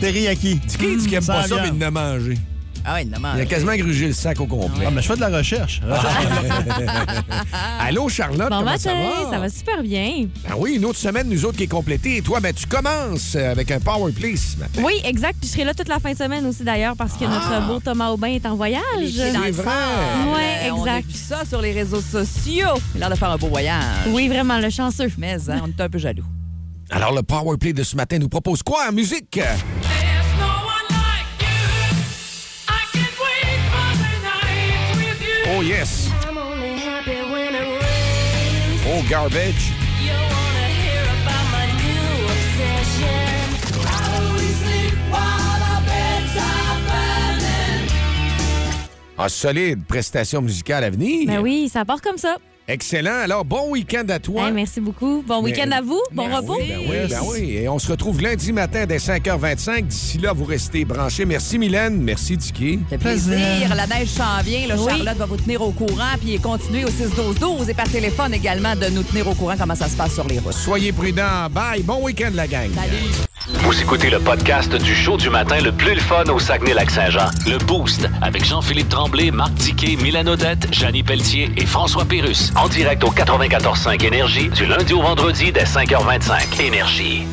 [SPEAKER 6] Teriyaki.
[SPEAKER 17] Dicky, dit qu'il aime
[SPEAKER 6] Sans
[SPEAKER 17] pas ça, mais
[SPEAKER 6] viande.
[SPEAKER 17] il l'a mangé.
[SPEAKER 4] Ah ouais, non, mais-
[SPEAKER 7] Il a quasiment grugé le sac au complet.
[SPEAKER 6] Ah, mais je fais de la recherche.
[SPEAKER 4] Ah, bah.
[SPEAKER 7] Allô, Charlotte,
[SPEAKER 18] Bon
[SPEAKER 7] comment
[SPEAKER 18] matin,
[SPEAKER 7] ça va?
[SPEAKER 18] super bien.
[SPEAKER 17] Ben
[SPEAKER 3] Ah oui, une autre semaine, nous autres, qui est complétée. Et toi, ben, tu commences euh, avec un power play ce matin.
[SPEAKER 18] Oui, exact. Puis je serai là toute la fin de semaine aussi d'ailleurs parce que notre beau Thomas Aubin est en voyage.
[SPEAKER 4] C'est Ah! dans le fort.
[SPEAKER 18] Ouais,
[SPEAKER 4] Euh, On a
[SPEAKER 18] exact.
[SPEAKER 4] vu ça sur les réseaux sociaux. Il a l'air de faire un beau voyage.
[SPEAKER 18] Oui, vraiment, le chanceux.
[SPEAKER 4] Mais hein, on est un peu jaloux.
[SPEAKER 3] Alors, le power play de ce matin nous propose quoi en musique? Oh, yes. Oh, garbage. Ah, solide prestation musicale à venir.
[SPEAKER 18] Ben oui, ça part comme ça.
[SPEAKER 3] Excellent. Alors, bon week-end à toi.
[SPEAKER 18] Hey, merci beaucoup. Bon
[SPEAKER 3] Mais-
[SPEAKER 18] week-end à vous. Bon
[SPEAKER 3] Ben
[SPEAKER 18] repos.
[SPEAKER 3] oui, ben oui, ben oui. Et on se retrouve lundi matin dès 5h25. D'ici là, vous restez branchés. Merci, Mylène. Merci, Dicky.
[SPEAKER 4] Plaisir, la neige s'en vient. là, Charlotte va vous tenir au courant. Puis continuez au 6-12-12 et par téléphone également de nous tenir au courant comment ça se passe sur les routes.
[SPEAKER 3] Soyez prudents. Bye. Bon week-end, la gang.
[SPEAKER 2] Vous écoutez le podcast du show du matin le plus le fun au Saguenay-Lac-Saint-Jean. Le Boost avec Jean-Philippe Tremblay, Marc Tiquet, Milan Odette, Janine Pelletier et François Pérus. En direct au 94.5 Énergie du lundi au vendredi dès 5h25. Énergie.